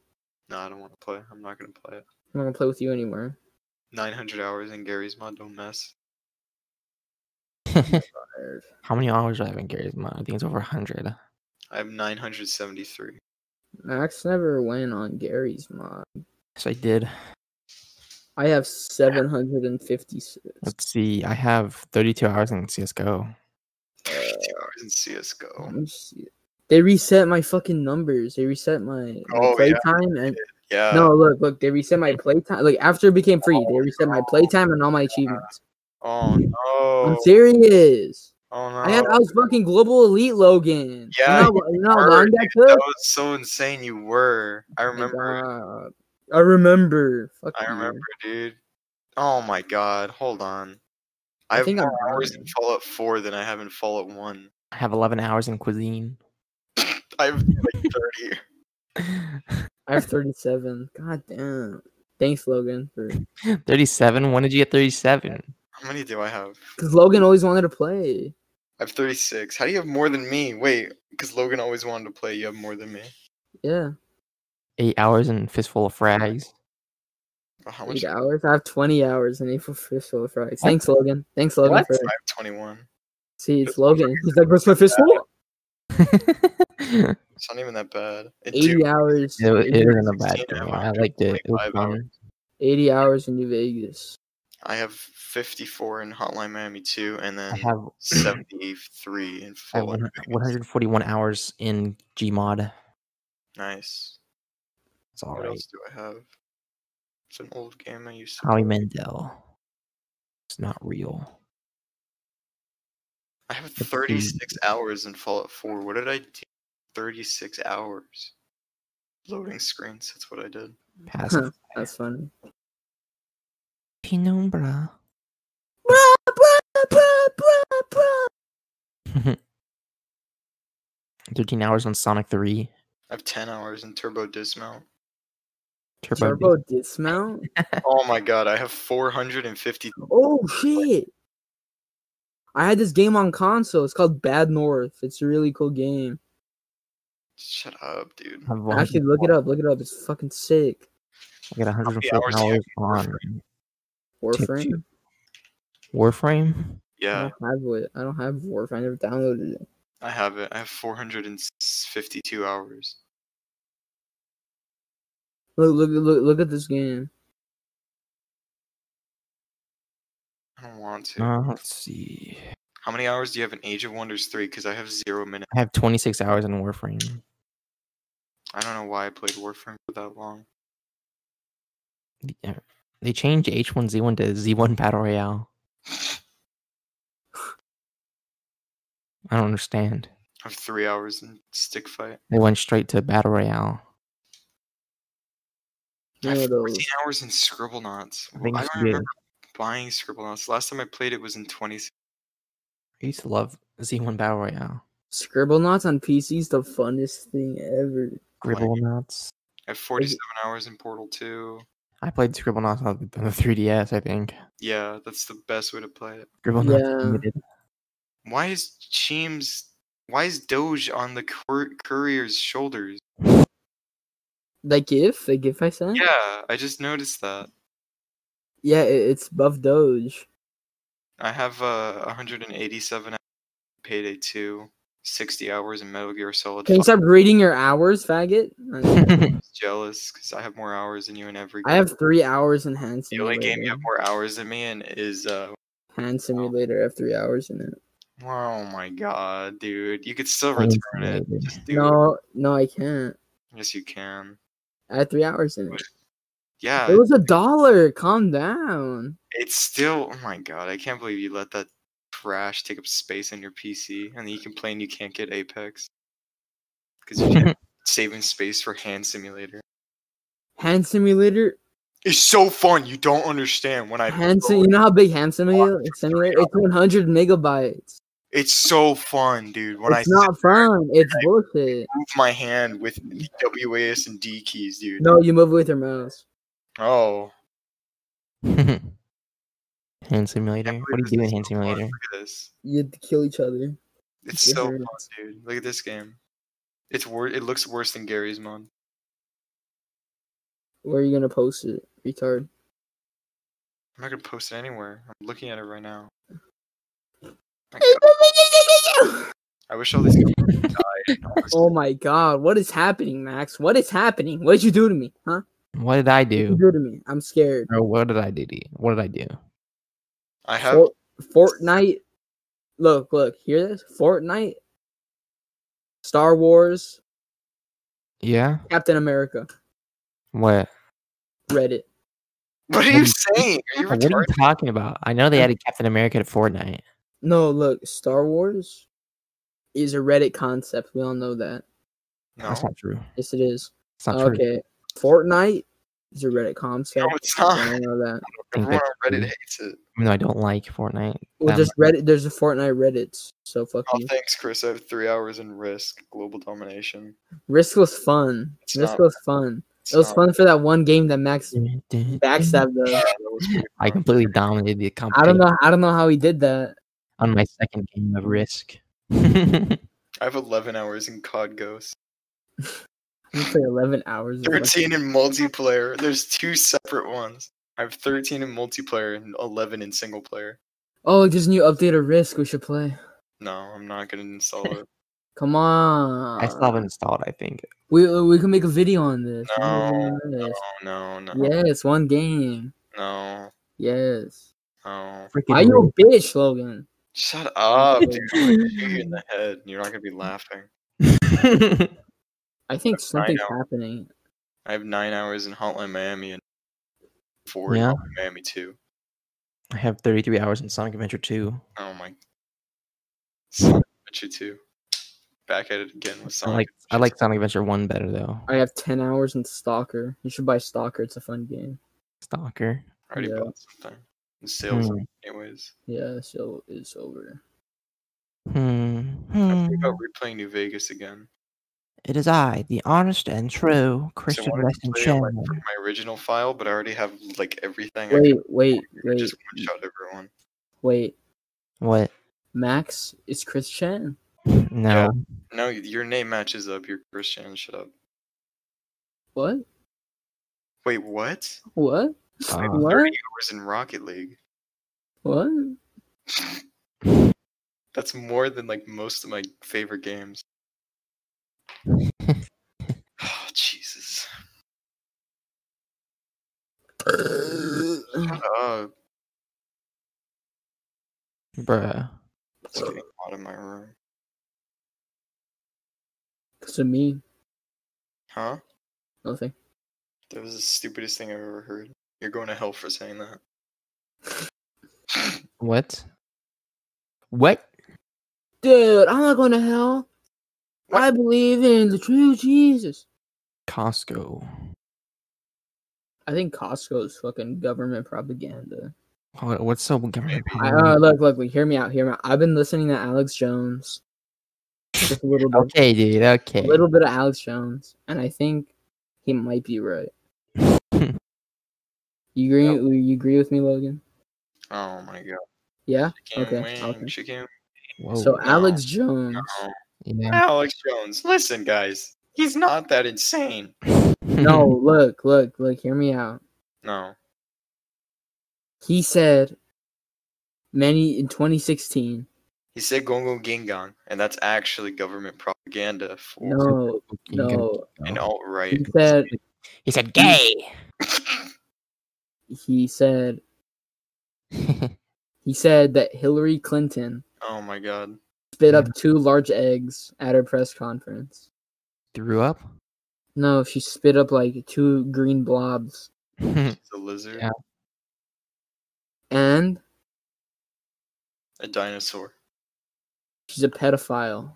C: No, I don't want to play. I'm not gonna play it.
B: I'm not gonna play with you anymore.
C: Nine hundred hours in Gary's mod. Don't mess.
B: Tired.
A: How many hours do I have in Gary's mod? I think it's over 100.
C: I have nine hundred seventy-three.
B: Max never went on Gary's mod.
A: So I did.
B: I have 756.
A: Let's see. I have 32 hours in CSGO.
C: Thirty-two hours in CS:GO.
B: Let me see. They reset my fucking numbers. They reset my, my
C: Oh, yeah.
B: playtime and
C: Yeah.
B: no, look, look. They reset my playtime. Like after it became free, they reset my playtime and all my achievements.
C: Oh no.
B: I'm serious.
C: Oh no.
B: I had I was fucking global elite, Logan. you
C: Yeah,
B: know, you know how
C: were,
B: long that took.
C: That was so insane. You were. I
B: Oh my
C: remember.
B: God. I remember. Fuck
C: I
B: you.
C: remember, dude. Oh my god. Hold on. I,
B: I
C: have
B: think I'm
C: more hours in
B: dying.
C: Fallout 4 than I have in Fallout 1.
A: I have 11 hours in cuisine.
C: I have like 30.
B: I have 37. God damn. Thanks, Logan. Because
A: 37? When did you get 37?
C: How many do I have?
B: Logan always wanted to play.
C: I have 36. How do you have more than me? Wait, because Logan always wanted to play. You have more than me.
B: Yeah.
A: Eight hours in Fistful of Frags.
C: Oh, How much?
B: Eight
C: I
B: hours. I have 20 hours in April 5th Solo Fridays. Thanks, Logan. Thanks, Logan. For,
C: have 21.
B: see, it's Logan. He's like, where's my fistful?
A: it,
C: It's not even that bad. And
B: 80
C: dude,
B: hours.
A: wa- it
B: 80
A: wasn't a bad
C: 16
A: game.
C: hours,
A: I liked it. It was
C: 25 hours.
A: fun.
B: 80 hours in New Vegas.
C: I have 54 in Hotline Miami 2, and then
A: I have,
C: 73 in
A: I have
C: Fallout.
A: one-
C: Vegas.
A: 141 hours in Gmod.
C: Nice.
A: It's all
C: what
A: right.
C: else do I have? It's an old game I used to.
A: Howie Mandel. It's not real.
C: I have
A: Let's
C: 36 hours in Fallout 4. What did I do? 36 hours. Loading screens. That's what I did.
A: Pass.
B: Huh, that's funny.
A: Penumbra. Thirteen hours on Sonic Three.
C: I have 10 hours in Turbo Dismount.
A: Turbo.
B: Turbo dismount.
C: oh my god, I have 450.
B: Oh shit! I had this game on console. It's called Bad North. It's a really cool game.
C: Shut up, dude.
A: I've only
B: Actually, look it up. Look it up. It's fucking sick.
A: got
C: How
A: 104
C: many hours do you
A: hours
C: have
A: on Take
B: Warframe.
A: two. Warframe.
B: I
C: Yeah,
B: don't have it. I don't have Warframe. I never downloaded it.
C: I have it. I have 452 hours.
B: Look, look, look, look at this game.
C: I don't want to.
A: Uh, let's see.
C: How many hours do you have in Age of Wonders 3? Because I have zero minutes.
A: I have 26 hours in Warframe.
C: I don't know why I played Warframe for that long.
A: Yeah. They changed H1Z1 to Z1 Battle Royale. I don't understand.
C: I have three hours in Stick Fight.
A: They went straight to Battle Royale.
C: I have
B: You know,
C: 14
B: those-
C: hours in Scribble Knots. I,
A: think
C: I
A: it's
C: don't
A: good.
C: remember buying Scribble Knots. Last time I played it was in 20.
A: I used to love Z1 Battle Royale.
B: Scribble knots on PC is the funnest thing ever.
A: Scribble Knots.
C: I have 47 hours in Portal 2.
A: I played Scribble Knots on on the 3DS, I think.
C: Yeah, that's the best way to play it.
A: Scribble Knots.
B: Yeah.
A: Unlimited.
C: Why is Cheem's. Why is Doge on the cour- courier's shoulders?
B: That GIF, the GIF I sent.
C: Yeah, I just noticed that.
B: yeah it, it's Buff Doge.
C: I have uh, 187 hours in Payday 2, 60 hours in Metal Gear Solid.
B: Can you
C: 5.
B: stop reading your hours, faggot? I-
C: I was jealous because I have more hours than you in every
B: I
C: game.
B: have three hours in hand
C: The only
B: simulator.
C: game you have more hours than me in is uh,
B: Hand simulator. I have three hours in it.
C: Oh my god, dude. You could still
A: Planes
C: return it.
A: Simulator.
C: Just do it.
B: No, no, I can't.
C: Yes, you can.
B: I had three hours in it.
C: Yeah,
B: It was a dollar. Calm down.
C: it's still. Oh my god, I can't believe you let that trash take up space on your PC and then you complain you can't get Apex. Because you're just saving space for Hand Simulator.
B: Hand simulator.
C: It's so fun. You don't understand when I.
B: Hand sim-
C: blow
B: You
C: it.
B: know how big hand simulator? simulator? It's 100 megabytes.
C: It's so fun, dude. When
B: It's
C: I sit
B: not fun. It's
C: I-
B: bullshit.
C: move my hand with the WAS and D keys, dude.
B: No, you move with your mouse.
C: Oh.
A: Hand Simulator.
C: can't
A: What
C: believe
A: do you
C: this
A: do in Hand
C: is so fun.
A: Simulator?
C: Look at this.
B: You had to kill each other.
C: It's
B: It
C: so fun,
B: hurts.
C: dude. Look at this game. It's wor- It looks worse than Gary's mod.
B: Where are you gonna post it, retard?
C: I'm not gonna post it anywhere. I'm looking at it right now. My God, I wish all these people died. and all this-
B: oh my god, what is happening, Max? What is happening? What did you do to me? Huh?
A: What did I
B: What did
A: do?
B: you do to me? I'm scared.
A: Bro, what did I do? to you? What did I do?
C: I have.
B: For- Fortnite. Look, look, hear this? Fortnite, Star Wars,
A: Yeah?
B: Captain America,
A: What?
B: Reddit.
C: What are you saying? Are you
A: What are you
C: retarded?
A: talking about? I know they added Captain America to Fortnite.
B: No, look, Star Wars is a Reddit concept. We all know that.
C: No,
A: That's not true.
B: Yes, it is.
A: It's not true.
B: okay, Fortnite is a Reddit concept.
C: no, it's not.
B: I know that.
C: Everyone on Reddit hates it.
A: Even though I don't like Fortnite.
B: Well,
A: Um,
B: just Reddit. There's a Fortnite Reddit, so fuck
C: Oh,
B: you.
C: thanks, Chris. I have three hours in Risk Global Domination.
B: Risk was fun.
C: It's
B: Risk
C: not-
B: was fun.
C: It's
B: It was
C: not-
B: fun for that one game that Max backstabbed.
C: Yeah,
B: Though.
C: that was pretty
A: I
C: fun.
A: completely dominated the
B: I don't
A: competition
B: know. I don't know how he did that.
A: on my second game of Risk. Dude,
C: I have 11 hours in COD Ghost.
B: He played 11 hours. of Risk.
C: 13 in multiplayer. There's two separate ones. I have 13 in multiplayer and 11 in single player.
B: Oh, there's a new update of Risk we should play.
C: No, I'm not gonna install it.
B: Come on.
A: I still haven't installed. I think.
B: We uh, we can make a video on this. We can make
C: No,
B: a video
C: no,
B: on this.
C: no, no,
B: Yes, one game.
C: no,
B: Yes.
C: no.
A: Freaking
B: Why you a bitch, Logan?
C: Shut up, dude. I'm gonna shoot you in the head. and You're not gonna be laughing.
A: Risk.
B: I think
C: That's right
B: something's
C: now.
B: happening.
C: I have nine hours in Hotline Miami and four
A: Yeah.
C: in Hotline Miami too.
A: I have 33 hours in Sonic Adventure 2.
C: Oh my. Sonic Adventure 2. Back at it again with
A: I
C: Sonic.
A: like I
C: Adventure
A: like Sonic Adventure 1 better though.
B: I have ten hours in Stalker. You should buy Stalker. It's a fun game.
A: Stalker.
C: 2. I already
B: yeah.
C: bought something. The sales,
A: Hmm.
C: anyways.
B: Yeah, so it's over.
A: Hmm.
C: I'm
A: hmm.
C: thinking about replaying New Vegas again.
A: It is I, the honest and true
C: So I
A: Christian
C: wanted to
A: Weston
C: play it like,
A: Chandler.
C: from my original file, but I already have like everything. I,
B: Wait, wait,
C: I
B: wait,
C: just one shot everyone.
B: wait.
A: What?
B: Max is Chris Chen.
A: No.
C: Yeah. No, your name matches up. Your Christian. Shut up.
B: What?
C: Wait, what?
B: What?
A: Uh,
B: Uh-huh. What?
C: 30 hours in Rocket League.
B: What?
C: That's more than like most of my favorite games. oh, Jesus. Shut up.
A: Bruh.
C: It's getting out of my room.
B: Cause of me.
C: Huh?
B: Nothing.
C: That was the stupidest thing I've ever heard. You're going to hell for saying that.
A: What? What?
B: Dude, I'm not going to hell. I believe in the true Jesus.
A: Costco.
B: I think Costco is fucking government propaganda.
A: What- What's so government?
B: I, uh,
A: Mm-hmm.
B: look, look, look, hear me out, hear me out. I've been listening to Alex Jones. Just a little bit,
A: Okay, dude.
B: a
A: Okay.
B: little bit of Alex Jones, and I think he might be right. You agree? You agree with me, Logan?
C: Oh my god.
B: Yeah.
C: Chicken
B: Okay,
C: wing,
B: okay.
C: chicken.
A: Whoa.
B: so Alex Jones.
C: No.
A: yeah.
C: Alex Jones, listen, guys. He's not that insane.
B: No, look, look, look. Hear me out.
C: No.
B: He said, many in 2016.
C: He said Gongo Gingang, and that's actually government propaganda for
B: No,
A: You can-
B: no.
C: an alt right.
B: He said
A: He said gay.
B: he said he said that Hillary Clinton
C: oh my god.
B: spit up two large eggs at her press conference.
A: Threw up?
B: No, she spit up like two green blobs.
C: He's a lizard.
A: Yeah.
B: And
C: A dinosaur.
B: she's a pedophile.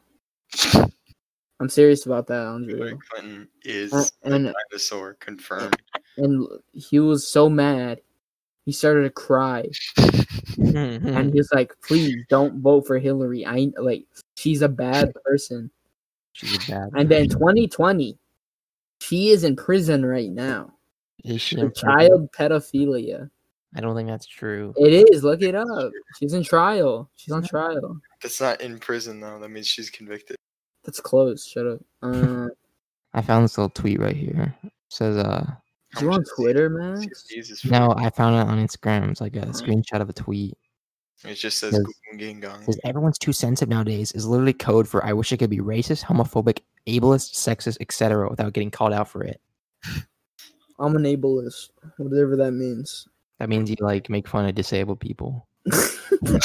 B: I'm serious about that, Andrew.
C: Hillary Clinton is
B: Uh,
C: a
B: and-
C: dinosaur, confirmed.
B: And he was so mad, he started to cry. And he was like, please don't vote for Hillary. I like she's a bad person.
A: She's a bad.
B: And then 2020, she is in prison right now.
A: Is she
B: for
A: in prison?
B: child pedophilia.
A: I don't think that's true.
B: It is. Look it up. She's in trial. She's on trial.
C: That's not in prison though. That means she's convicted.
B: That's close. Shut up. Uh,
A: I found this little tweet right here. It says, uh,
C: How
B: you
C: much
B: on
C: is
B: Twitter,
C: these-
B: Max?
C: these is free?
A: no, I found it on Instagram. It's like a screenshot of a tweet.
C: It just says
A: Yes.
C: Gongo Gingang.
A: It says, everyone's too sensitive nowadays is literally code for I wish I could be racist, homophobic, ableist, sexist, etc. without getting called out for it.
B: I'm an ableist, whatever that means.
A: That means you like make fun of disabled people.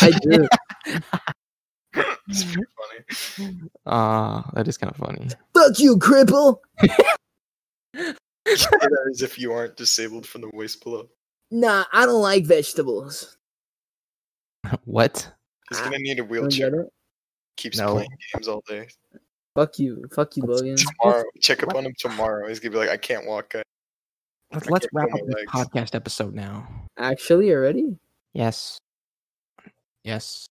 B: I do.
C: It's pretty funny.
A: Ah, that is kind of funny.
B: Fuck you, cripple.
C: that is if you aren't disabled from the waist below.
B: Nah, I don't like vegetables.
A: what?
C: He's gonna need a
B: Don't
C: wheelchair.
B: get it? Mm.
C: Keeps
A: No.
C: playing games all day.
B: Fuck you. Fuck you, Logan.
C: Tomorrow, check up on him tomorrow. He's gonna be like, I can't walk. Guys.
A: Let's,
C: I
A: let's
C: can't feel
A: wrap up
C: my
A: this
C: legs.
A: podcast episode now.
B: Actually, already?
A: Yes. Yes.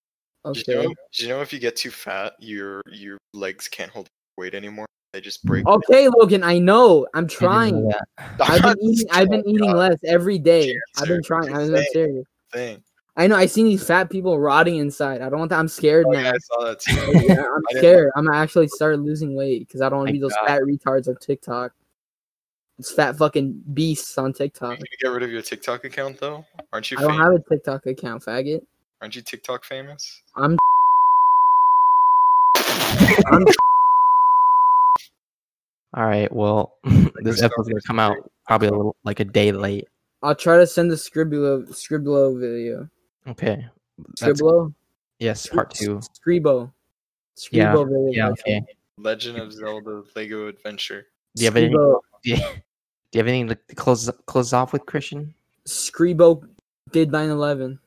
C: Did You
B: Okay.
C: know, did you know if you get too fat, your your legs can't hold weight anymore. They just break.
B: Mm. Okay, Logan. I know. I'm
A: I didn't know
B: trying.
A: that.
B: I've been eating. I've been eating
C: God,
B: less every day.
C: Cancer,
B: I've been trying.
C: you're
B: I'm not
C: saying.
B: serious.
C: Thing.
B: I know. I seen these fat people rotting inside. I don't want that. I'm scared
C: Oh,
B: now.
C: yeah, I saw that too.
B: Oh, Yeah, I'm
C: I didn't-
B: scared. I'm gonna actually start losing weight because I don't want to
A: Thank
B: be those
A: God.
B: fat retards on TikTok. It's fat fucking beasts on
C: You
B: TikTok.
C: need to get rid of your TikTok account though. Aren't you?
B: I don't
C: Famous?
B: have a TikTok account, faggot.
C: Aren't you TikTok famous?
B: I'm. I'm
A: All right. Well, this
C: Star
A: episode's gonna
C: Wars
A: come out probably a little like a day late.
B: I'll try to send the Scriblo Scriblo video.
A: Okay. That's,
B: Scriblo.
A: yes, part two.
B: Scribo. Scribo
A: Yeah,
B: video.
A: Yeah.
B: actually.
A: Okay.
C: Legend of Zelda Lego Adventure.
A: Do you have any? Do
B: Scribo,
A: you, do you have anything to close close off with, Christian?
B: Scribo did 9 11.